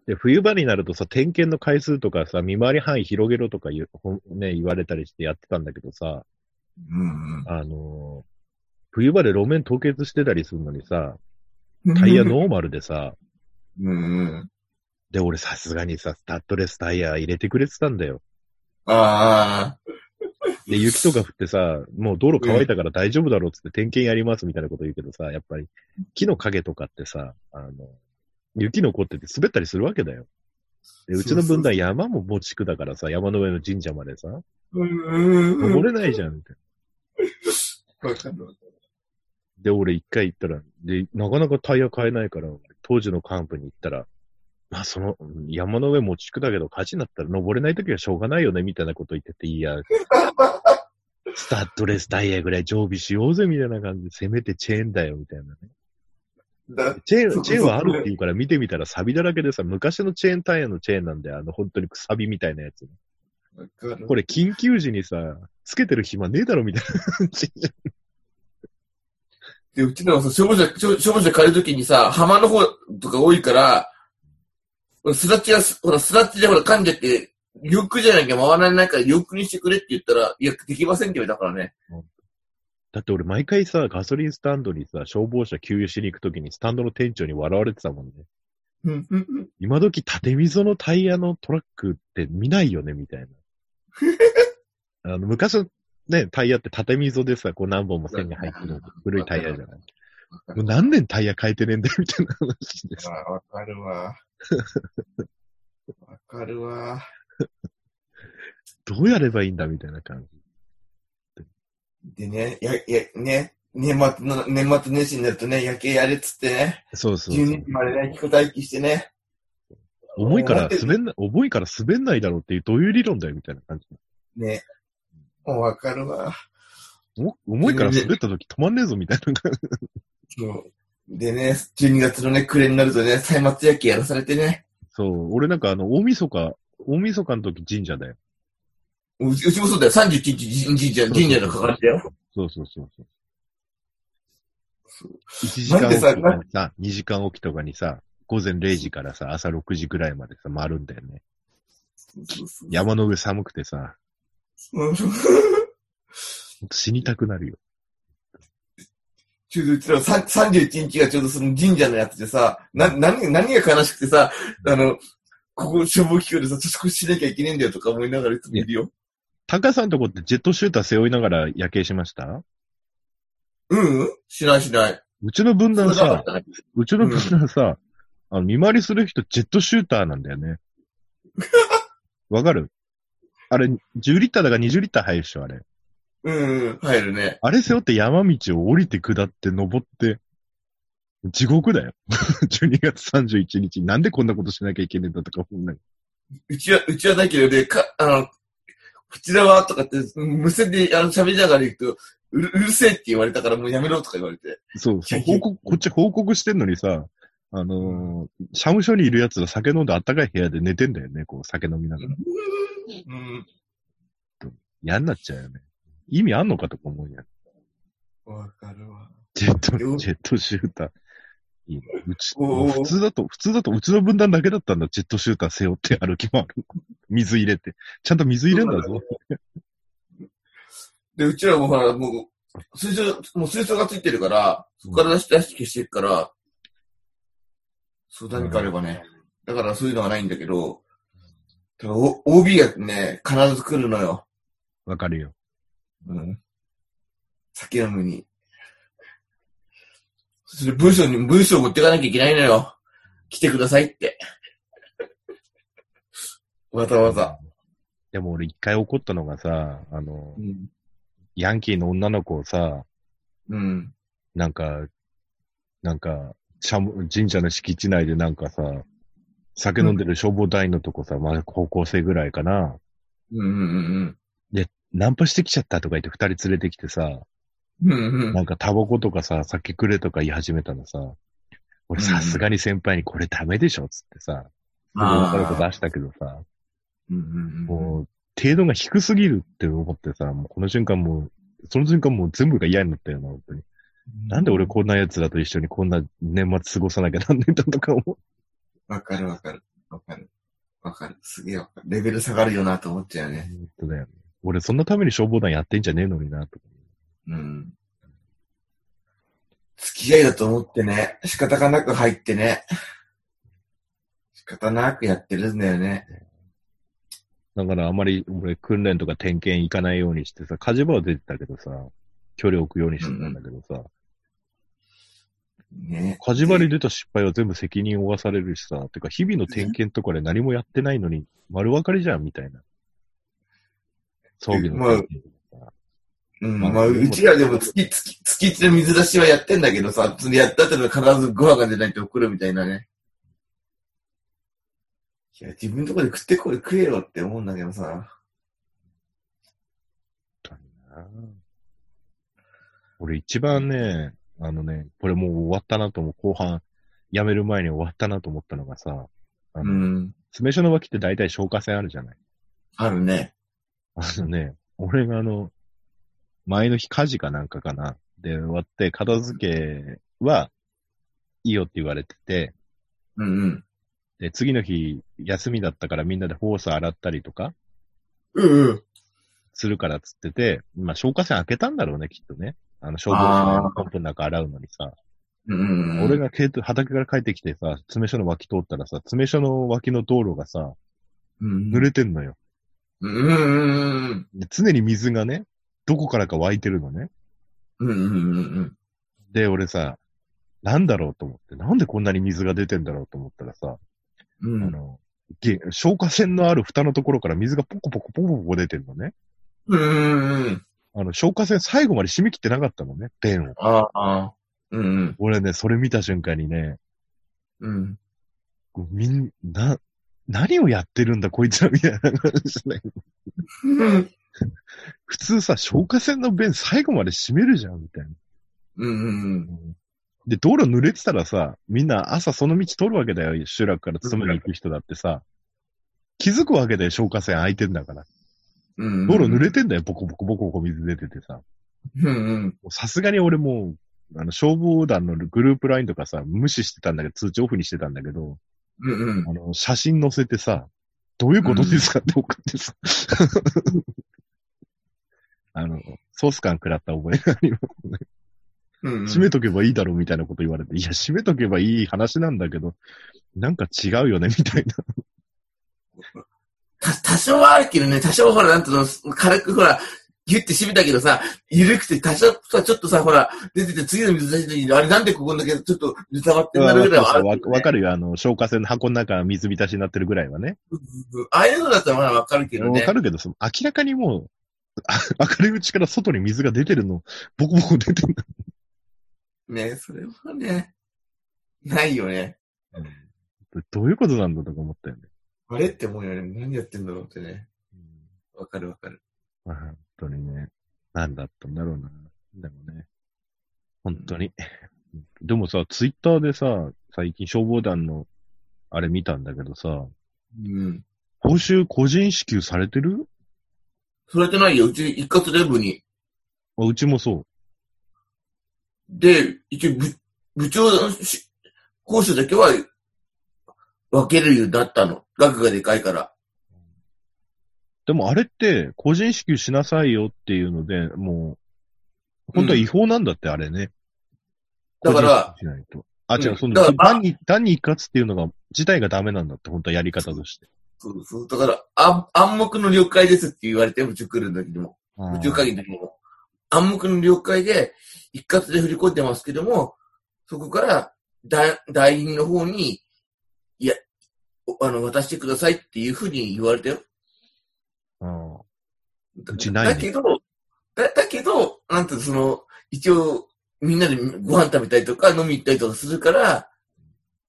で、冬場になるとさ、点検の回数とかさ、見回り範囲広げろとか言う、ほんね、言われたりしてやってたんだけどさ、うんうん。あのー冬場で路面凍結してたりするのにさ、タイヤノーマルでさ、うんうん。で、俺さすがにさ、スタッドレスタイヤ入れてくれてたんだよ。ああ、で、雪とか降ってさ、もう道路乾いたから大丈夫だろうっつって点検やりますみたいなこと言うけどさ、やっぱり木の影とかってさ、あの、雪残ってて滑ったりするわけだよ。で、うちの分そうそうそ団山ももう地区だからさ、山の上の神社までさ、うんうんうん。登れないじゃんみたいわかるわな。で、俺一回行ったら、で、なかなかタイヤ買えないから、当時の幹部に行ったら、まあその、うん山の上も地区だけど火事になったら登れない時はしょうがないよねみたいなこと言ってて、い や、スタッドレスタイヤぐらい常備しようぜみたいな感じで、せめてチェーンだよみたいなね。だチェーそン、うチェーンはあるって言うから見てみたら錆だらけでさ、昔のチェーンタイヤのチェーンなんで、あの、本当に錆みたいなやつ。わかる。これ緊急時にさ、つけてる暇ねえだろみたいな感じ。で、うちのさ、消防車、消消防車借りるときにさ、浜の方とか多いから、すだちが、ほら、すだちでほら噛んじゃって、リュックじゃなきゃ回らないから、リュックにしてくれって言ったら、いや、できませんって言われたからね。だって俺毎回さ、ガソリンスタンドにさ、消防車給油しに行くときにスタンドの店長に笑われてたもんね。うん、うん、うん。今時縦溝のタイヤのトラックって見ないよねみたい な。あの、昔のね、タイヤって縦溝でさ、こう何本も線が入ってる古いタイヤじゃない。わかもうる何年タイヤ変えてねえんだよみたいな話です。わ。わかる わ。わかるわ。どうやればいいんだみたいな感じ。でね、や、や、ね、年末の、年末年始になるとね、夜景やれっつってね、そうそうそう12時までね、聞く待機してね。重いから滑んな、重いから滑んないだろうっていう、どういう理論だよみたいな感じ。ね。もうわかるわ。重重いから滑った時止まんねえぞみたいな感じ。そう。でね、12月のね、暮れになるとね、歳末夜景やらされてね、そう、俺なんかあの、大晦日、大晦日の時神社だよ。ううちもそうだよ、31日神神社、神社の係だよ。そうそうそうそう。そう1時間おきとなかにさ、2時間おきとかにさ、午前0時からさ、朝6時ぐらいまでさ、回るんだよね。そうそう山の上寒くてさ、うほんんと死にたくなるよ。ちょうどうちらさ31日がちょうどその神社のやつでさ、な、何、何が悲しくてさ、あの、ここ消防機構でさ、年越ししなきゃいけねえんだよとか思いながらいつもいるよ。タカさんとこってジェットシューター背負いながら夜景しましたうん、うん、しないしない。うちの分そ断うさ、ったね。うちの旦那さ、あの、見回りする人、ジェットシューターなんだよ ね。わかるあれ、10リッターだから20リッター入るでしょ、あれ。うん、うん、入るね。あれ背負って山道を降りて下って登って、地獄だよ。12月31日、なんでこんなことしなきゃいけねえんだとか思うんだけうちは、うちはだけどね、か、あの、こちらはとかって、無線であの喋りながら行くと、うるうるせえって言われたからもうやめろとか言われて。ど。そう、いやいや報告、こっち報告してんのにさ、あのー、社務所にいる奴ら酒飲んで暖かい部屋で寝てんだよね、こう酒飲みながら。うん。嫌になっちゃうよね。意味あんのかとか思うよ。わかるわ。ジェット、よジェットシューター。いいねうち、おー普通だと、普通だと、うちの分断だけだったんだ。ジェットシューター背負って歩き回る。水入れて。ちゃんと水入れんだぞ。で、うちらもほら、もう、水槽、もう水槽がついてるから、そこから出して出して消していくから、そう、何かあればね。だからそういうのはないんだけど、ただ、お OB がね、必ず来るのよ。わかるよ。うん。酒飲むに。それ文章に、文章持ってかなきゃいけないのよ。来てくださいって。 わざわざ。でも俺一回怒ったのがさ、あのう、ん。ヤンキーの女の子をさ、うん。なんか、なんか、しゃも神社の敷地内でなんかさ、酒飲んでる消防隊員のとこさ、まあ高校生ぐらいかな。うんうんナンパしてきちゃったとか言って二人連れてきてさ、うん。うんうん。なんかタバコとかさ、酒くれとか言い始めたのさ、俺うんうさんすがに先輩にこれダメでしょつってさ、あ女の子出したけどさ、うんうんうん。もう、程度が低すぎるって思ってさ、もうこの瞬間もう、その瞬間もう全部が嫌になったよな、本当に。なんで俺こんな奴らと一緒にこんな年末過ごさなきゃなんねえんだとか思う。わかるわかる。わかる。わかる。すげえわかる。レベル下がるよなと思っちゃうよね。本当だよね俺そんなために消防団やってんじゃねえのにな、とか。うん。付き合いだと思ってね、仕方がなく入ってね、仕方なくやってるんだよね。だからあまり俺訓練とか点検行かないようにしてさ、火事場は出てたけどさ、距離置くようにしてたんだけどさ、ね。火事場に出た失敗は全部責任を負わされるしさ、てか日々の点検とかで何もやってないのに丸分かりじゃん、みたいな。葬儀の点検とかさ。うん、まあまあ、うちらでも月、月、月一の水出しはやってんだけどさ、それやった後で必ずご飯が出ないと送るみたいなね。いや、自分のとこで食ってこい、食えよって思うんだけどさ。俺一番ね、あのね、これもう終わったなと思う、後半、やめる前に終わったなと思ったのがさ、あうの、ん。詰め所の脇って大体消火栓あるじゃない。あるね。あのね、俺があの、前の日火事かなんかかな。で、終わって、片付けは、いいよって言われてて、うんうん。で、次の日、休みだったからみんなでホース洗ったりとか、うんうん。するからっつってて、まあ消火栓開けたんだろうね、きっとね。あの、消防車のポンプの中洗うのにさ。うんうんうん。俺が軽ト畑から帰ってきてさ、詰め所の脇通ったらさ、詰め所の脇の道路がさ、うん、濡れてんのよ。うんうんうん。で常に水がね、どこからか湧いてるのね。うんうんうんうん。で、俺さ、なんだろうと思って、なんでこんなに水が出てんだろうと思ったらさ、うんあの、げ消火栓のある蓋のところから水がポコポコポコポコ出てんのね。うんうんうん。あの、消火栓最後まで締め切ってなかったのね、弁を。ああ。うんうん。俺ね、それ見た瞬間にね、うん。こうみんな、何をやってるんだこいつらみたいな感じで、うん普通さ、消火栓の弁最後まで締めるじゃん、みたいな。うんで、道路濡れてたらさ、みんな朝その道通るわけだよ、集落から勤めに行く人だってさ。気づくわけだよ、消火栓開いてんだから。うん。道路濡れてんだよ、ボコボコボコボコ水出ててさ。うんうん。もうさすがに俺もう、あの、消防団のグループラインとかさ、無視してたんだけど、通知オフにしてたんだけど、うんうんあ。の、写真載せてさ、どういうことですかって送ってさ。 あの、ソース感食らった覚えがあります。うんうん閉めとけばいいだろうみたいなこと言われて、いや、閉めとけばいい話なんだけど、なんか違うよね、みたいな。た、多少はあるけどね、多少ほら、なんていうの、軽くほら、ギュって締めたけどさ、緩くて多少さ、ちょっとさ、ほら、出てて次の水出してる時にあれなんでここんだけちょっと、出たがってんだろうぐらいはあるわけどねわかるよ、あの、消火栓の箱の中水浸しになってるぐらいはね。うんうんうんああいうのだったらまだわかるけどわねか。るけど、その明らかにもう、あ明るいうちから外に水が出てるの、ボコボコ出てるの。ね、それはね、ないよね。どういうことなんだとか思ったよね。あれって思うよね。何やってんだろうってね。わかるわかる。まあ、本当にね、なんだったんだろうな。でもね、本当に。でもさ、ツイッターでさ、最近消防団の、あれ見たんだけどさ、うん。報酬個人支給されてるそれってないよ。うち一括レブに。あうちもそう。で、一応部、部長のし講師だけは分けるようになったの。額がでかいから。でもあれって、個人支給しなさいよっていうので、もう、本当は違法なんだって、あれね。だから個人支給しないと。あ、違うう、んその、だから単に、単に一括っていうのが、自体がダメなんだって、本当はやり方として。そうそう。だから、あ暗黙の了解ですって言われて、部長来る時でも。部長会議の時も。暗黙の了解で、一括で振り込んでますけども、そこから、だ代理人の方に、いや、おあの、渡してくださいっていうふうに言われたよ。あだうちないねだけど、だだけど、なんていうのその、一応、みんなでご飯食べたりとか飲み行ったりとかするから、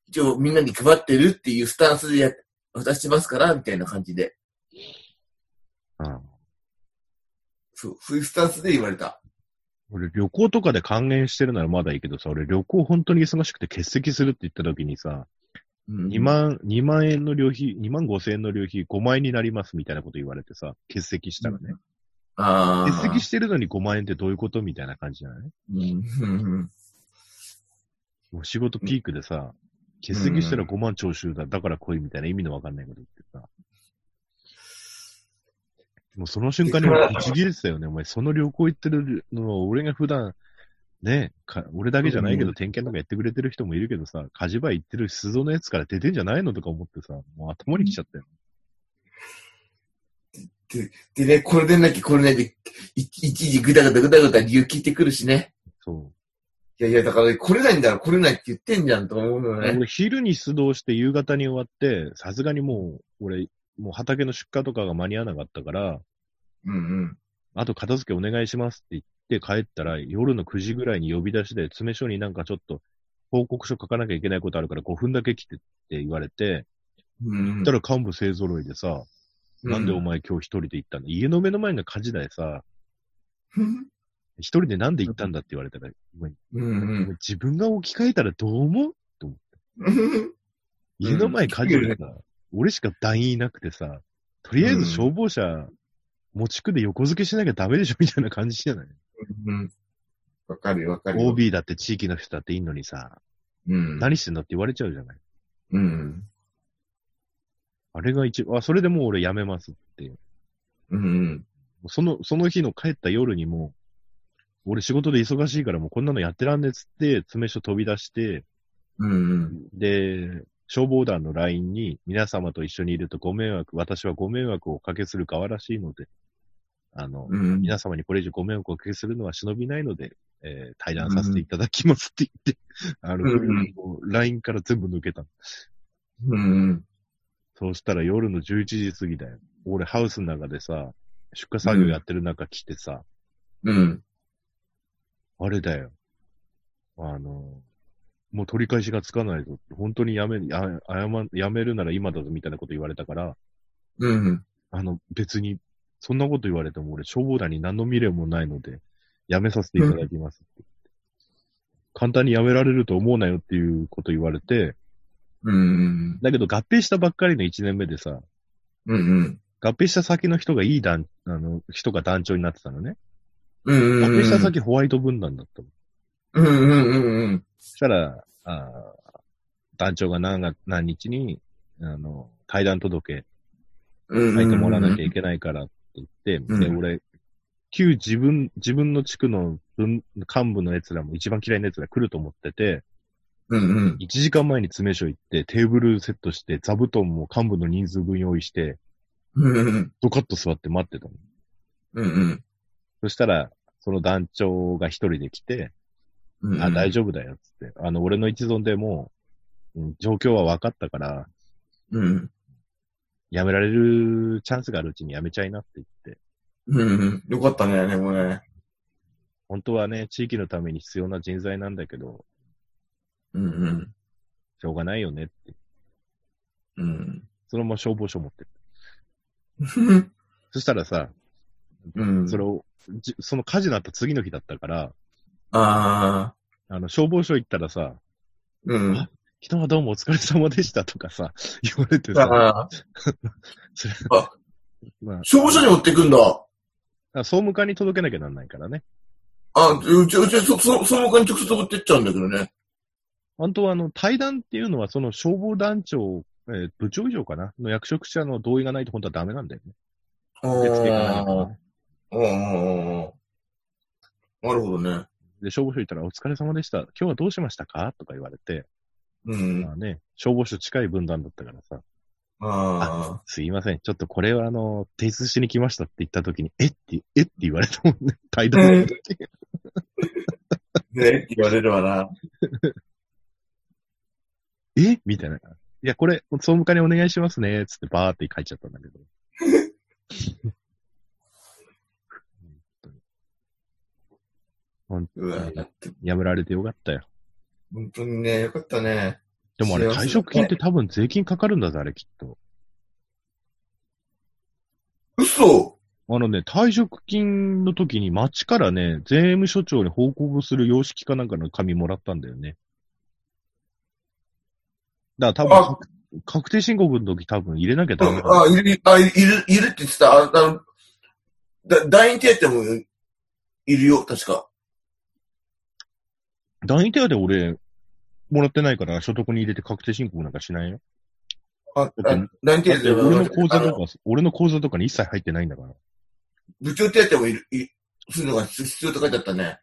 一応みんなに配ってるっていうスタンスでや渡してますから、みたいな感じで。あああそう、そういうスタンスで言われた。俺旅行とかで還元してるならまだいいけどさ、俺旅行本当に忙しくて欠席するって言った時にさ、うん2万、2万円の旅費、2万5千円の旅費5万円になりますみたいなこと言われてさ、欠席したらね。ああ。欠席してるのに5万円ってどういうことみたいな感じじゃないうんもう仕事ピークでさ、欠席したら5万徴収だ、だから来いみたいな意味のわかんないこと言ってさ。もうその瞬間に俺、ぶち切れてたよね。お前、その旅行行ってるのは、俺が普段、ねか、俺だけじゃないけうど、点検とかやってくれてる人もいるけどさ、火事場行ってる鈴のやつから出てんじゃないのとか思ってさ、もう頭に来ちゃったよ。でね、これでなきゃこれないで、い一時ぐだぐだぐだぐだ理由聞いてくるしね。そう。いやいや、だから来れないんだら来れないって言ってんじゃんと思うのよね。俺、昼に出動して夕方に終わって、さすがにもう、俺、もう畑の出荷とかが間に合わなかったから、うんうん。あと片付けお願いしますって言って帰ったら、夜の9時ぐらいに呼び出しで、詰め所になんかちょっと報告書書かなきゃいけないことあるから5分だけ来てって言われて、うん行ったら幹部勢揃いでさ、うん、なんでお前今日一人で行ったんだ家の目の前の火事だよさ、うん一人でなんで行ったんだって言われたから、お前うん自分が置き換えたらどう思ううん。家の前火事でさ、俺しか団員いなくてさ、とりあえず消防車、持ち区で横付けしなきゃダメでしょみたいな感じじゃないうん。わかるよわかるよ。 ?OB だって地域の人だっていいのにさ、うん。何してんだって言われちゃうじゃない。うん。あれが一番、あ、それでもう俺辞めますって。うんうん。その、その日の帰った夜にもう、俺仕事で忙しいからもうこんなのやってらんねっつって、詰め所飛び出して、うんうん。で、消防団の LINE に、皆様と一緒にいるとご迷惑、私はご迷惑をおかけする側らしいので、あの、うん。皆様にこれ以上ご迷惑をおかけするのは忍びないので、えー対談させていただきますって言って、 あの、うんもう LINE から全部抜けたのうんそうしたら夜の11時過ぎだよ。俺ハウスの中でさ、出荷作業やってる中来てさ、うん。あれだよ。あの、もう取り返しがつかないぞ。本当にやめ、ああやま、やめるなら今だぞみたいなこと言われたから、うん。あの、別に、そんなこと言われても俺消防団に何の未練もないので、やめさせていただきますって言って。簡単にやめられると思うなよっていうこと言われて、うん。だけど合併したばっかりの1年目でさ、うん。合併した先の人がいい団、あの、人が団長になってたのね。うん。合併した先ホワイト分団だったの。うんうんうんうん。そしたら、あー団長が何が、何日に、あの、対談届うけん。書いてもらわなきゃいけないからって言って、うんで、俺、旧自分、自分の地区の分幹部の奴らも一番嫌いな奴ら来ると思ってて、うんうん。 1時間前に詰め所行って、テーブルセットして、座布団も幹部の人数分用意して、うんうん。ドカッと座って待ってたの。うんうん。そしたら、その団長が一人で来て、うんあ、大丈夫だよ、つって。あの、俺の一存でもう、うん状況は分かったから、うん。辞められるチャンスがあるうちに辞めちゃいなって言って、うん。よかったね、でもね。本当はね、地域のために必要な人材なんだけど、うんうん。しょうがないよねって。うん。そのまま消防署持ってる。そしたらさ、うん。それを、じその火事のあった次の日だったから、ああ。あの、消防署行ったらさ、うん。あ昨日はどうもお疲れ様でしたとかさ、 言われてさ、あ。それあまあ消防署に持ってくんだ。あ総務課に届けなきゃなんないからね。あ、うち、うち、そ、そ、その間に直接持ってっちゃうんだけどね。本当はあの、対談っていうのは、その消防団長、えー部長以上かなの役職者の同意がないと本当はダメなんだよね。受付行かないからねうんうんうんうん。なるほどね。で、消防署行ったら、お疲れ様でした。今日はどうしましたかとか言われて、うん。まあね、消防署近い分断だったからさ、あすいません、ちょっとこれはあの、提出しに来ましたって言った時に、えって、えって言われたもんね。 対談の時。あ。ね、言われるわな。えみたいな。いや、これ、総務課にお願いしますね、つってバーって書いちゃったんだけど。本当うに。わ本当に。やめられてよかったよ。本当にね、よかったね。でもあれ、幸せ退職金って多分税金かかるんだぞ、あれ、きっと。嘘あのね、退職金の時に町からね、税務署長に報告する様式かなんかの紙もらったんだよね。だから多あ分、確定申告の時多分入れなきゃダメだ。あ、いる、あ、いる、いるって言ってた。ああの、だ、団員手当もいるよ、確か。団員手当俺、もらってないから、所得に入れて確定申告なんかしないよ。だあ、あって団員だ手って当俺の口座あとのか、俺の口座とかに一切入ってないんだから。部長手当もいる、いするのが必要って書いてあったね。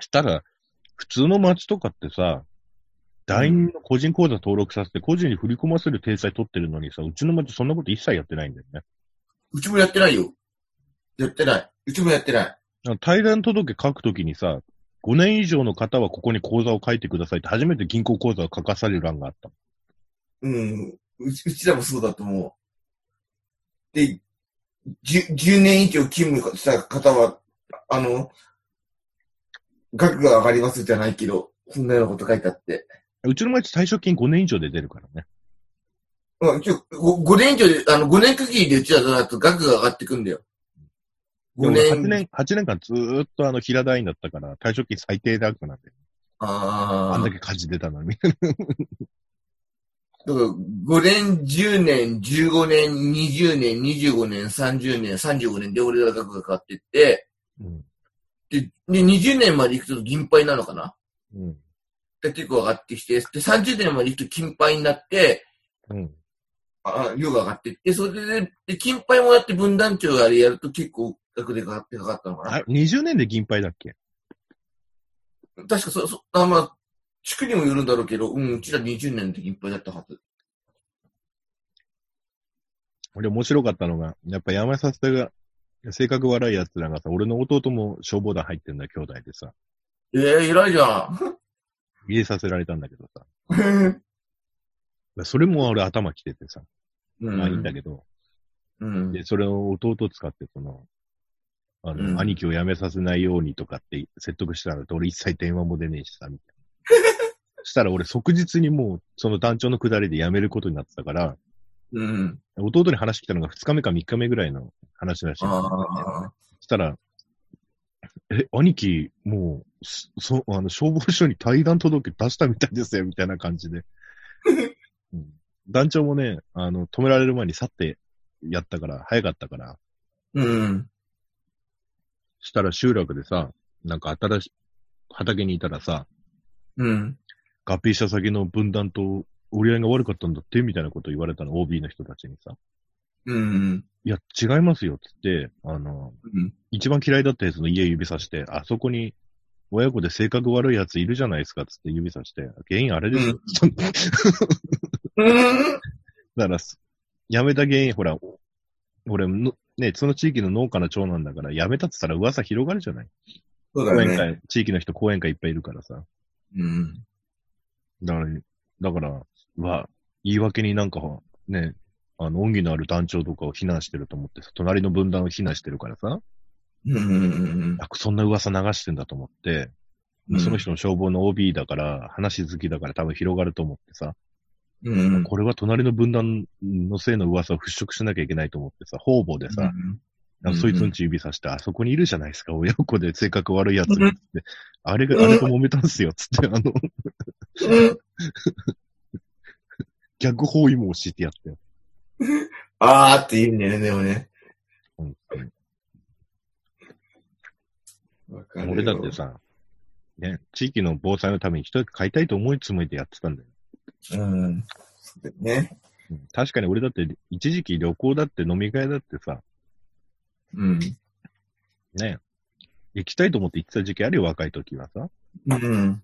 したら、普通の町とかってさ、団員の個人口座登録させて、個人に振り込ませる体裁取ってるのにさ、うちの町そんなこと一切やってないんだよね。うちもやってないよ。やってない。うちもやってない。あの退団届書くときにさ、5年以上の方はここに口座を書いてくださいって初めて銀行口座を書かされる欄があった。うん。うちうちらもそうだと思う。で、じゅ 10, 年以上勤務した方は、あの、額が上がりますじゃないけど、そんなようなこと書いてあって。うちの町退職金5年以上で出るからね。まあ、一応、ご 5, 年以上で、あの、5年区切りでうちらだと額が上がってくんだよ。で5俺8年。年、8年間ずーっとあの平団員だったから、退職金最低額なんで。あああ。んだだかけ火事出たのに。ら、5年、10年、15年、20年、25年、30年、35年で俺ら額が変わってって、 うん。で、で20年まで行くと銀杯なのかなうん。で、結構上がってきて、で、30年まで行くと金杯になって、うん。あ量が上がっていって、それで、で、金杯もやって分断長があれやると結構額でかかってかかったのかな。あ、20年で銀杯だっけ確かそ、そ、あ、まあ、地区にもよるんだろうけど、うん、うちら20年の時金杯だったはず。俺面白かったのが、やっぱ山里が、性格悪い奴らがさ、俺の弟も消防団入ってんだよ、兄弟でさ。ええ偉いじゃ 入れさせられたんだけどさ。ん。それも俺頭きててさ。うまあいいんだけど。うん。で、それを弟使って、その、あの、うん兄貴を辞めさせないようにとかって説得したら、俺一切電話も出ねえしさ、みたい な。したら俺即日にもう、その団長の下りで辞めることになってたから、うん。弟に話してきたのが2日目か3日目ぐらいの話らしいんだよね。ああ。したら、え、兄貴、もう、すそあの消防署に退団届出したみたいですよ、みたいな感じ で。うん団長もね、あの、止められる前に去ってやったから、早かったから、うん。したら集落でさ、なんか新しい、畑にいたらさ、うん。合併した先の分断と折り合いが悪かったんだって、みたいなこと言われたの、OB の人たちにさ。うん。いや、違いますよ、つって、あの、 うん。一番嫌いだったやつの家指さして、あそこに親子で性格悪いやついるじゃないですかっつって指さして、原因あれですよ。うん。だから、す辞めた原因、ほら、お俺の、ね、その地域の農家の長男だから、辞めたって言ったら噂広がるじゃないそう講だ演ね。会、地域の人講演会いっぱいいるからさ。うん。だから、だから、うわ、言い訳になんか、ね、あの、恩義のある団長とかを非難してると思ってさ、隣の分断を非難してるからさ、うん。あそんな噂流してんだと思って、その人の消防の OB だから、話好きだから多分広がると思ってさ、うん。これは隣の分断のせいの噂を払拭しなきゃいけないと思ってさ、方々でさ、うんそいつの家指さして、あそこにいるじゃないですか、親子で性格悪いやつがっつって、あれが、あれと揉めたんすよ、つって、あの、うん。逆包囲網を敷いてやってよ。あーって言うんだよね、でもね。本当にわかる俺だって。さ、ね、地域の防災のために人を飼いたいと思いつもいてやってたんだよ。うん。ね。うん確かに俺だって、一時期旅行だって飲み会だってさ、うん。ね、行きたいと思って行ってた時期あるよ、若い時はさ。うん。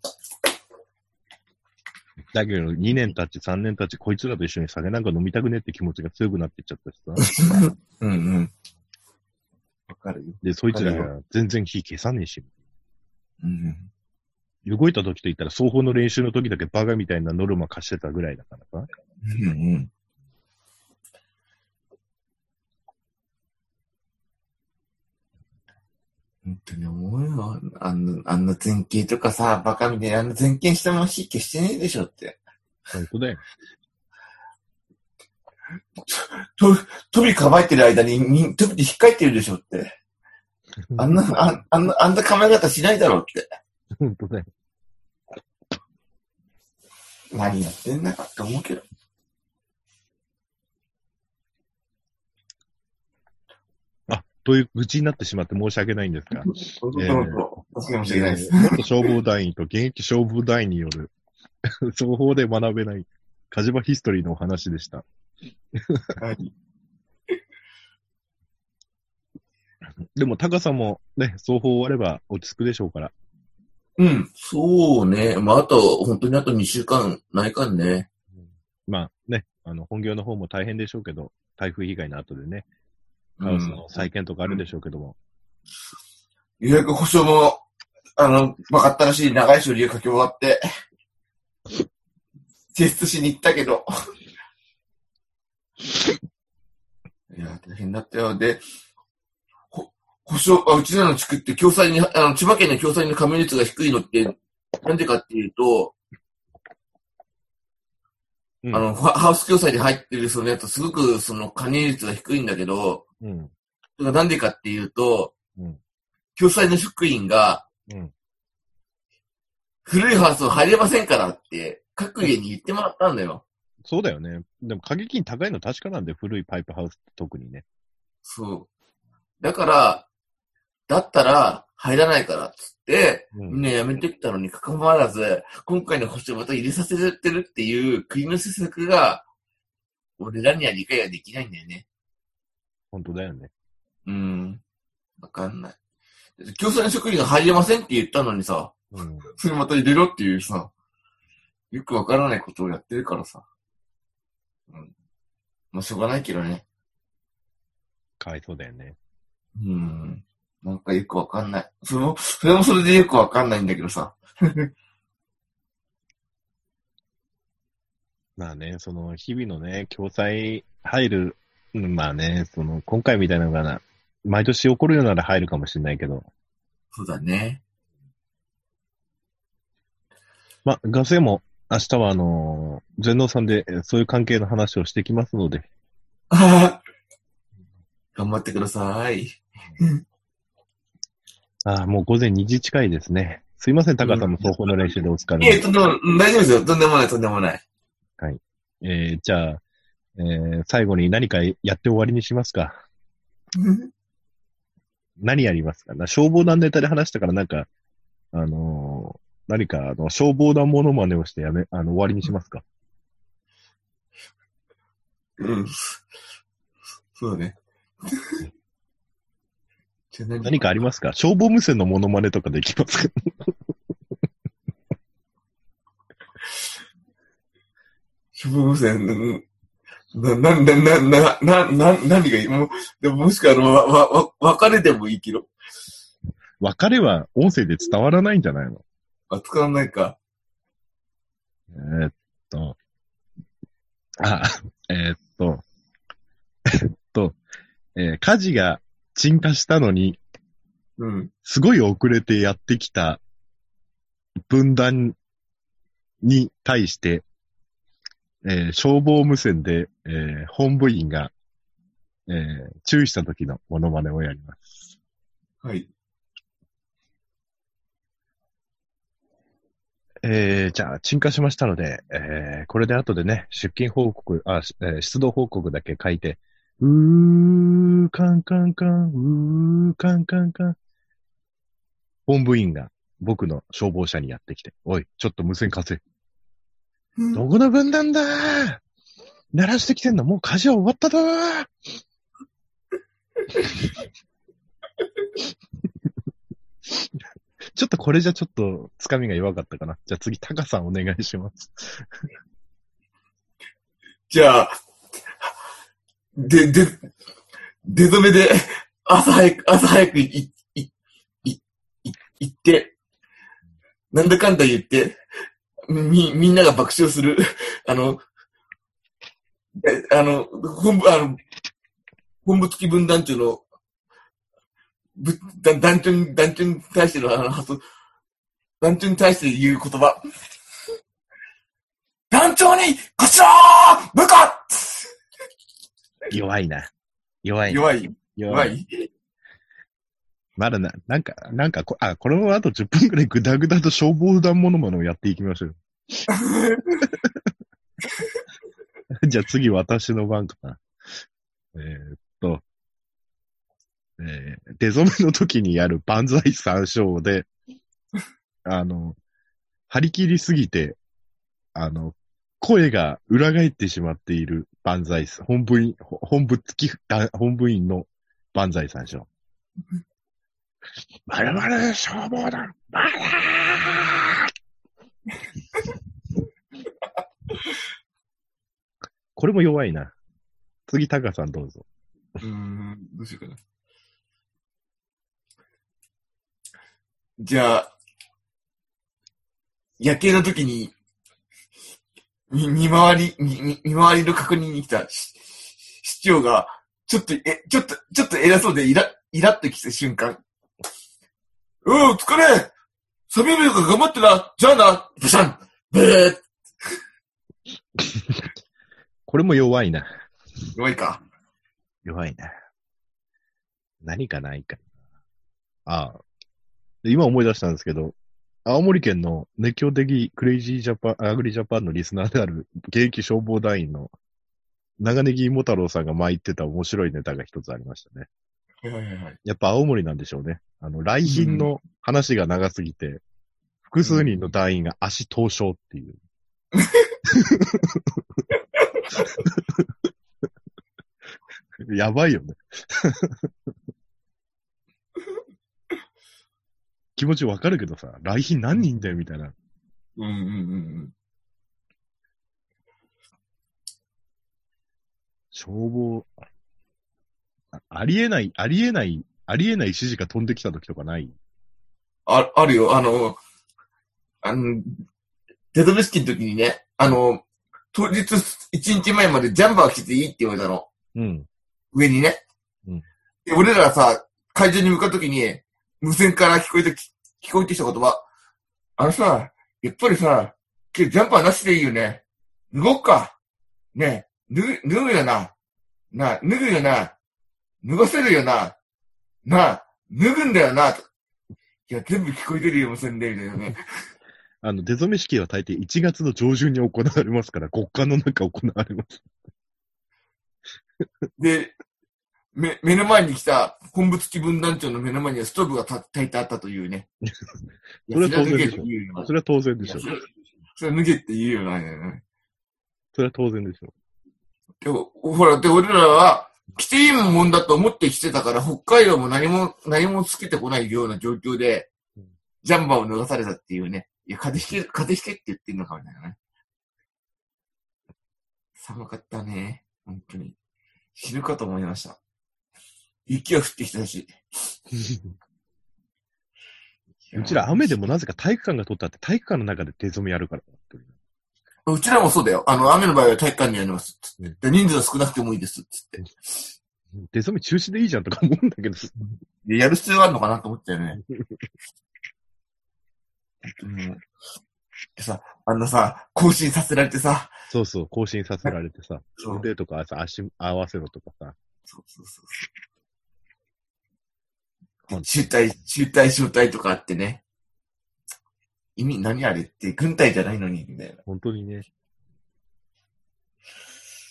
だけど、2年経ち、3年経ち、こいつらと一緒に酒なんか飲みたくねって気持ちが強くなっていっちゃったし さ。うんうん。わかるよ。で、そいつらが全然火消さねえし。うん。動いた時といったら、双方の練習の時だけバカみたいなノルマ貸してたぐらいだからさ。うんうん。本当に思うよ。あんな、あんな前傾とかさ、バカみたいにあんな前傾したまま火消してねえでしょって。本当だよ。飛びかばえてる間に、み飛びで引っかいてるでしょって。 あんな、ああんな、あんな構え方しないだろうって。本当だよ。何やってんだかって思うけど。という愚痴になってしまって申し訳ないんですが、本当そうそう。確かに申し訳ないです。元消防団員と現役消防団員による、 双方で学べない、火事場ヒストリーのお話でした。はい。 でも、高さもね、双方終われば落ち着くでしょうから。うん、そうね。まあ、あと、本当にあと2週間ないかんね。まあね、あの、本業の方も大変でしょうけど、台風被害の後でね、うカオスんの。再建とかあるでしょうけども、予約保証も、あの、分かったらしい長い書類を書き終わって、提出しに行ったけど。いや、大変だったよ。で、ほ保証、あうちらの地区って共済に、あの、千葉県の共済の加盟率が低いのって、なんでかっていうと、うんあの、ハハウス共済に入ってるそのやつ、すごくその加入率が低いんだけど、うん。それがなんでかっていうと、うん共済の職員が、うん古いハウスを入れませんからって、各家に言ってもらったんだよ。そうだよね。でも、過激に高いの確かなんで、古いパイプハウスって特にね。そう。だから、だったら入らないからっつって、うみんん。な辞めてきたのに関わらず、今回の保証をまた入れさせてるっていう国の政策が、俺らには理解ができないんだよね。本当だよね。うん。わかんない。共産職員が入れませんって言ったのにさ、うん。それまた入れろっていうさ、よくわからないことをやってるからさ。うん。まあ、しょうがないけどね。かわいそうだよね。うん。なんかよくわかんない。それも、それもそれでよくわかんないんだけどさ。まあね、その、日々のね、共済入る、うんまあね、その、今回みたいなのがな、毎年起こるようなら入るかもしれないけど、そうだね。 まあ、ガセも、明日はあのー全能さんで、えーそういう関係の話をしてきますので、あはは頑張ってください。ああ、もう午前2時近いですね。すいません、高さんも双方の練習でお疲れいえ、様、とんでもない、大丈夫ですよ。とんでもない、とんでもない。えーじゃあ、えー最後に何かやって終わりにしますか何やりますかな消防団ネタで話したからなんか、あのー何かあの消防団モノマネをしてやめ、あの、終わりにしますかうん。そうだね。 じゃあ何かありますか消防無線のモノマネとかできますか 消防無線、な、な、な、な、な、な、な、何がいいもう、でももしくは、あの、わ、わ、わ、別れてもいいけど。別れは音声で伝わらないんじゃないのあ、使わないか。えーっと、あ、えーっと、えーっと、えー火事が鎮火したのに、うん。すごい遅れてやってきた分断に対して、えー消防無線で、えー本部員が、えー注意した時のモノマネをやります。はい。えーじゃあ、鎮火しましたので、えーこれで後でね、出勤報告、あ、しえー出動報告だけ書いて、うー、カンカンカン、うー、カンカンカン。本部員が僕の消防車にやってきて、おい、ちょっと無線貸せ。どこの分断だー鳴らしてきてんのもう火事は終わっただーちょっとこれじゃちょっとつかみが弱かったかな。じゃあ次、タカさんお願いします。じゃあ、で、で、出初めで、朝早く、朝早くい、い、い、い、行って、なんだかんだ言って、み、みんなが爆笑する、あの、えあの、本部、あの、本部付き分団長の、ぶ団団長に、団長に対しての、あの、発想団長に対して言う言葉。団長に、こちらー部下弱いな。弱いな。弱い、弱弱い。い。まだな、なんか、なんかこ、あ、これもあと10分くらいぐだぐだと消防団モノマネをやっていきましょう。 じゃあ次私の番かな。えーっと、えー、出初めの時にやる万歳三章で、あの、張り切りすぎて、あの、声が裏返ってしまっている万歳、本部員、ほ本部付き、だ本部員の万歳三章。まるまる消防団、まだこれも弱いな。次、タカさんどうぞ。うーん、どうしようかな。じゃあ、夜景の時に、み見回り、みみ見回りの確認に来たし市長が、ちょっと、え、ちょっと、ちょっと偉そうでイラ、イラってきた瞬間。おう、疲れサビ部が頑張ってなじゃあなブシャンブーこれも弱いな。弱いか。弱いな。何かないか。ああ。で今思い出したんですけど、青森県の熱狂的クレイジージャパン、アグリジャパンのリスナーである現役消防団員の長ネギ芋太郎さんが前言ってた面白いネタが一つありましたね。はいはいはい。やっぱ青森なんでしょうね。あの、来賓の話が長すぎて、複数人の団員が足凍傷っていう。 やばいよね。気持ちわかるけどさ、来賓何人だよみたいな。うんうんうん消防、あありえない、ありえない、ありえない指示が飛んできた時とかないあ、あるよ。あの、あの、デドベ式の時にね、あの、当日一日前までジャンバー着ていいって言われたの。うん。上にね。うんで、俺らさ、会場に向かう時に、無線から聞こえてき、聞こえてきた言葉。あのさ、やっぱりさ、今日ジャンパーなしでいいよね。脱ごっか。ねえ、脱ぐ、脱ぐよな。なあ、脱ぐよな。脱がせるよな。なあ、脱ぐんだよな。といや、全部聞こえてるよ、無線で、みたいなね。あの、出初め式は大抵1月の上旬に行われますから、極寒の中行われます。で、め、目の前に来た、本部付き分団長の目の前にはストーブがた炊いてあったという ね。いやそれは当然脱げでっしてょ言うよな。それは当然でいしやょうそ。れそれ脱げって言うよな。ねそれは当然でしょう。でもほら、で、俺らは、着ていいもんだと思って着てたから、北海道も何も、何もつけてこないような状況でうん、ジャンバーを脱がされたっていうね。いや、風邪ひけ、風邪ひけって言ってんのかみたいなね。寒かったね。本当に。死ぬかと思いました。雪が降ってきたし。うちら雨でもなぜか体育館が取ったって体育館の中で手染めやるから。うちらもそうだよ。あの、雨の場合は体育館にやります。つってで人数は少なくてもいいです。つって。手染め中止でいいじゃんとか思うんだけど、でやる必要があるのかなと思ったよ ね。うん、でさ、あのさ、更新させられてさ、そうそう、更新させられてさ、そう腕とかさ、足合わせろとかさ、そうそうそうほん中退、中退、招待とかあってね。意味何あれって、軍隊じゃないのに、みたいな。本当にね。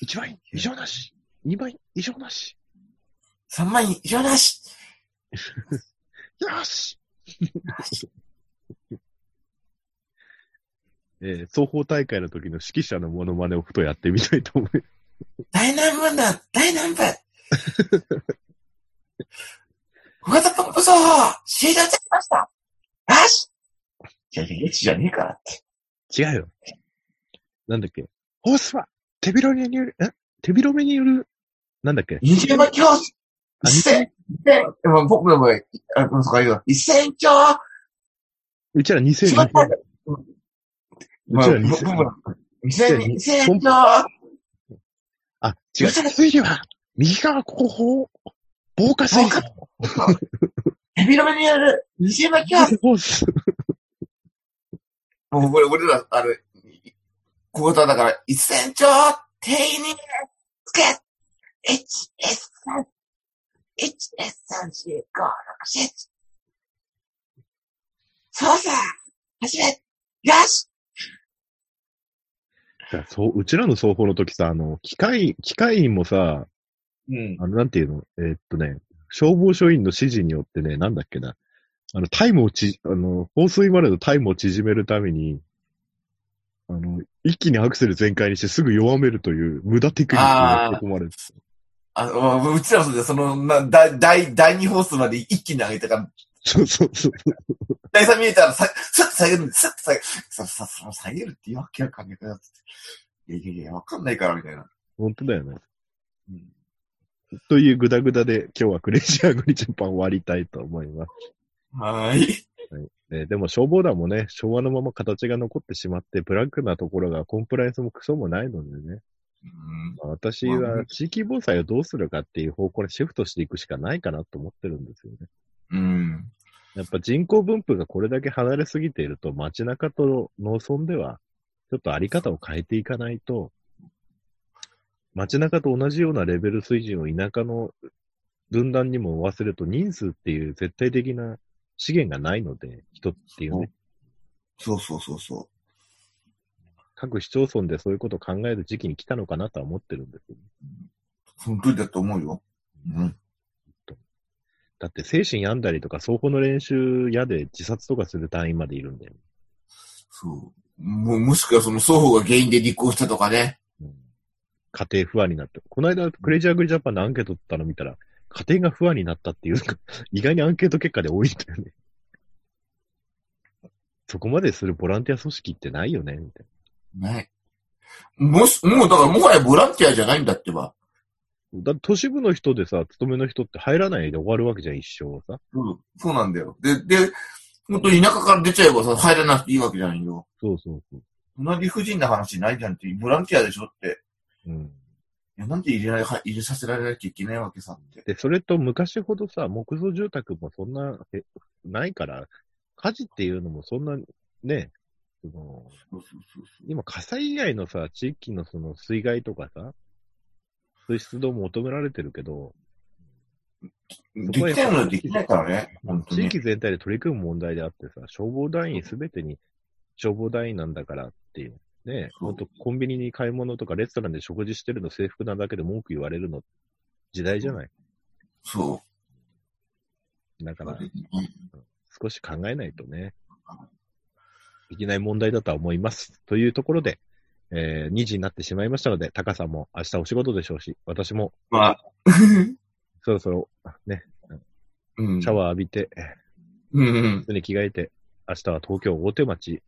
1枚以上なし !2 枚以上なし3万円以上なしよし えー、双方大会の時の指揮者のモノマネをふとやってみたいと思います。大南部だ大南 部小型ポンプ層終了できましたよしいやいや、よしじゃねえからって。 違うよ。なんだっけ。ホースは手広めによる、え手広めによる、なんだっけ。二重の教師あ一戦、一戦、でも僕の場合、あ、そうか、一戦教うちら2002違った年。うまあちら僕2000も2000 2000成長あ、違う。次は、右側ここ、防火水防ヘビロメによる西山キャスホース。もうこれ俺ら、あれ、クォーターだから、一船長、定員に、つけ !HS3、HS3、4、5、6、7。操作始めよしいやそう、うちらの双方の時さ、あの、機械、機械員もさ、うん。あの、なんていうの、えーっとね、消防署員の指示によってね、なんだっけな、あの、タイムをち、あの、放水までのタイムを縮めるために、あの、一気にアクセル全開にしてすぐ弱めるという無駄テクニックが盛り込まれてたあの、うちらもそうだよその、な、第、第、第2放送まで一気に上げたから、そうそうそう。第3見えたらさ、スッと下げるんで、スッと下げる。さ、さ、その下げるって言うわけわかんないから、つっていやいやいや、わかんないから、みたいな。本当だよね。うんというグダグダで今日はクレイジーアグリジャパン終わりたいと思います。はーい。えーでも消防団もね、昭和のまま形が残ってしまって、ブラックなところがコンプライアンスもクソもないのでね、うんまあ私は地域防災をどうするかっていう方向にシフトしていくしかないかなと思ってるんですよね。うん。やっぱ人口分布がこれだけ離れすぎていると、街中と農村では、ちょっとあり方を変えていかないと、街中と同じようなレベル水準を田舎の分断にも忘れると、人数っていう絶対的な資源がないので、人っていうね、そうそうそうそ各市町村でそういうことを考える時期に来たのかなとは思ってるんですよね。う。その通りだと思うよ。うん。だって精神病んだりとか、双方の練習やで自殺とかする隊員までいるんだよ。そう。もう、もしくはその双方が原因で離婚したとかね。家庭不安になって、この間、クレイジーアグリジャパンのアンケート取ったの見たら、家庭が不安になったっていうの が、意外にアンケート結果で多いんだよね。そこまでするボランティア組織ってないよね、みたいね。もし、もうだからもはやボランティアじゃないんだってば。な。だって都市部の人でさ、勤めの人って入らないで終わるわけじゃん、一生さ。うん。そうなんだよ。で、で、本当に田舎から出ちゃえばさ、入らなくていいわけじゃないよ。そうそうそう。そんな理不尽な話ないじゃんって、ボランティアでしょって。うん。いや、なんで入れない、は入れさせられなきゃいけないわけさって。で、それと昔ほどさ、木造住宅もそんな、えないから、火事っていうのもそんな、ね、その、そうそうそうそう。今、火災以外のさ、地域のその水害とかさ、水質度も求められてるけど、できないものはできないからね。本当地に。域全体で取り組む問題であってさ、消防団員すべてに消防団員なんだからっていう、ね、そうほんとコンビニに買い物とかレストランで食事してるの制服なだけで文句言われるの、時代じゃない。そだかう。ら、うん少し考えないとね、いけない問題だとは思います。というところで、えー、2時になってしまいましたので、タカさんも明日お仕事でしょうし、私もまあ、そろそろね、うん。シャワー浴びて、うんうん。普通に着替えて、明日は東京大手町、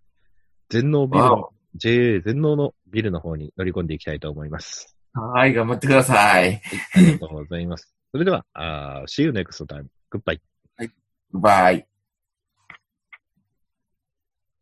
全農ビルわの、JA 全農のビルの方に乗り込んでいきたいと思い ます。おはい、頑張ってください。ありがとうございます。それでは、あー See you next time. Goodbye. バイ。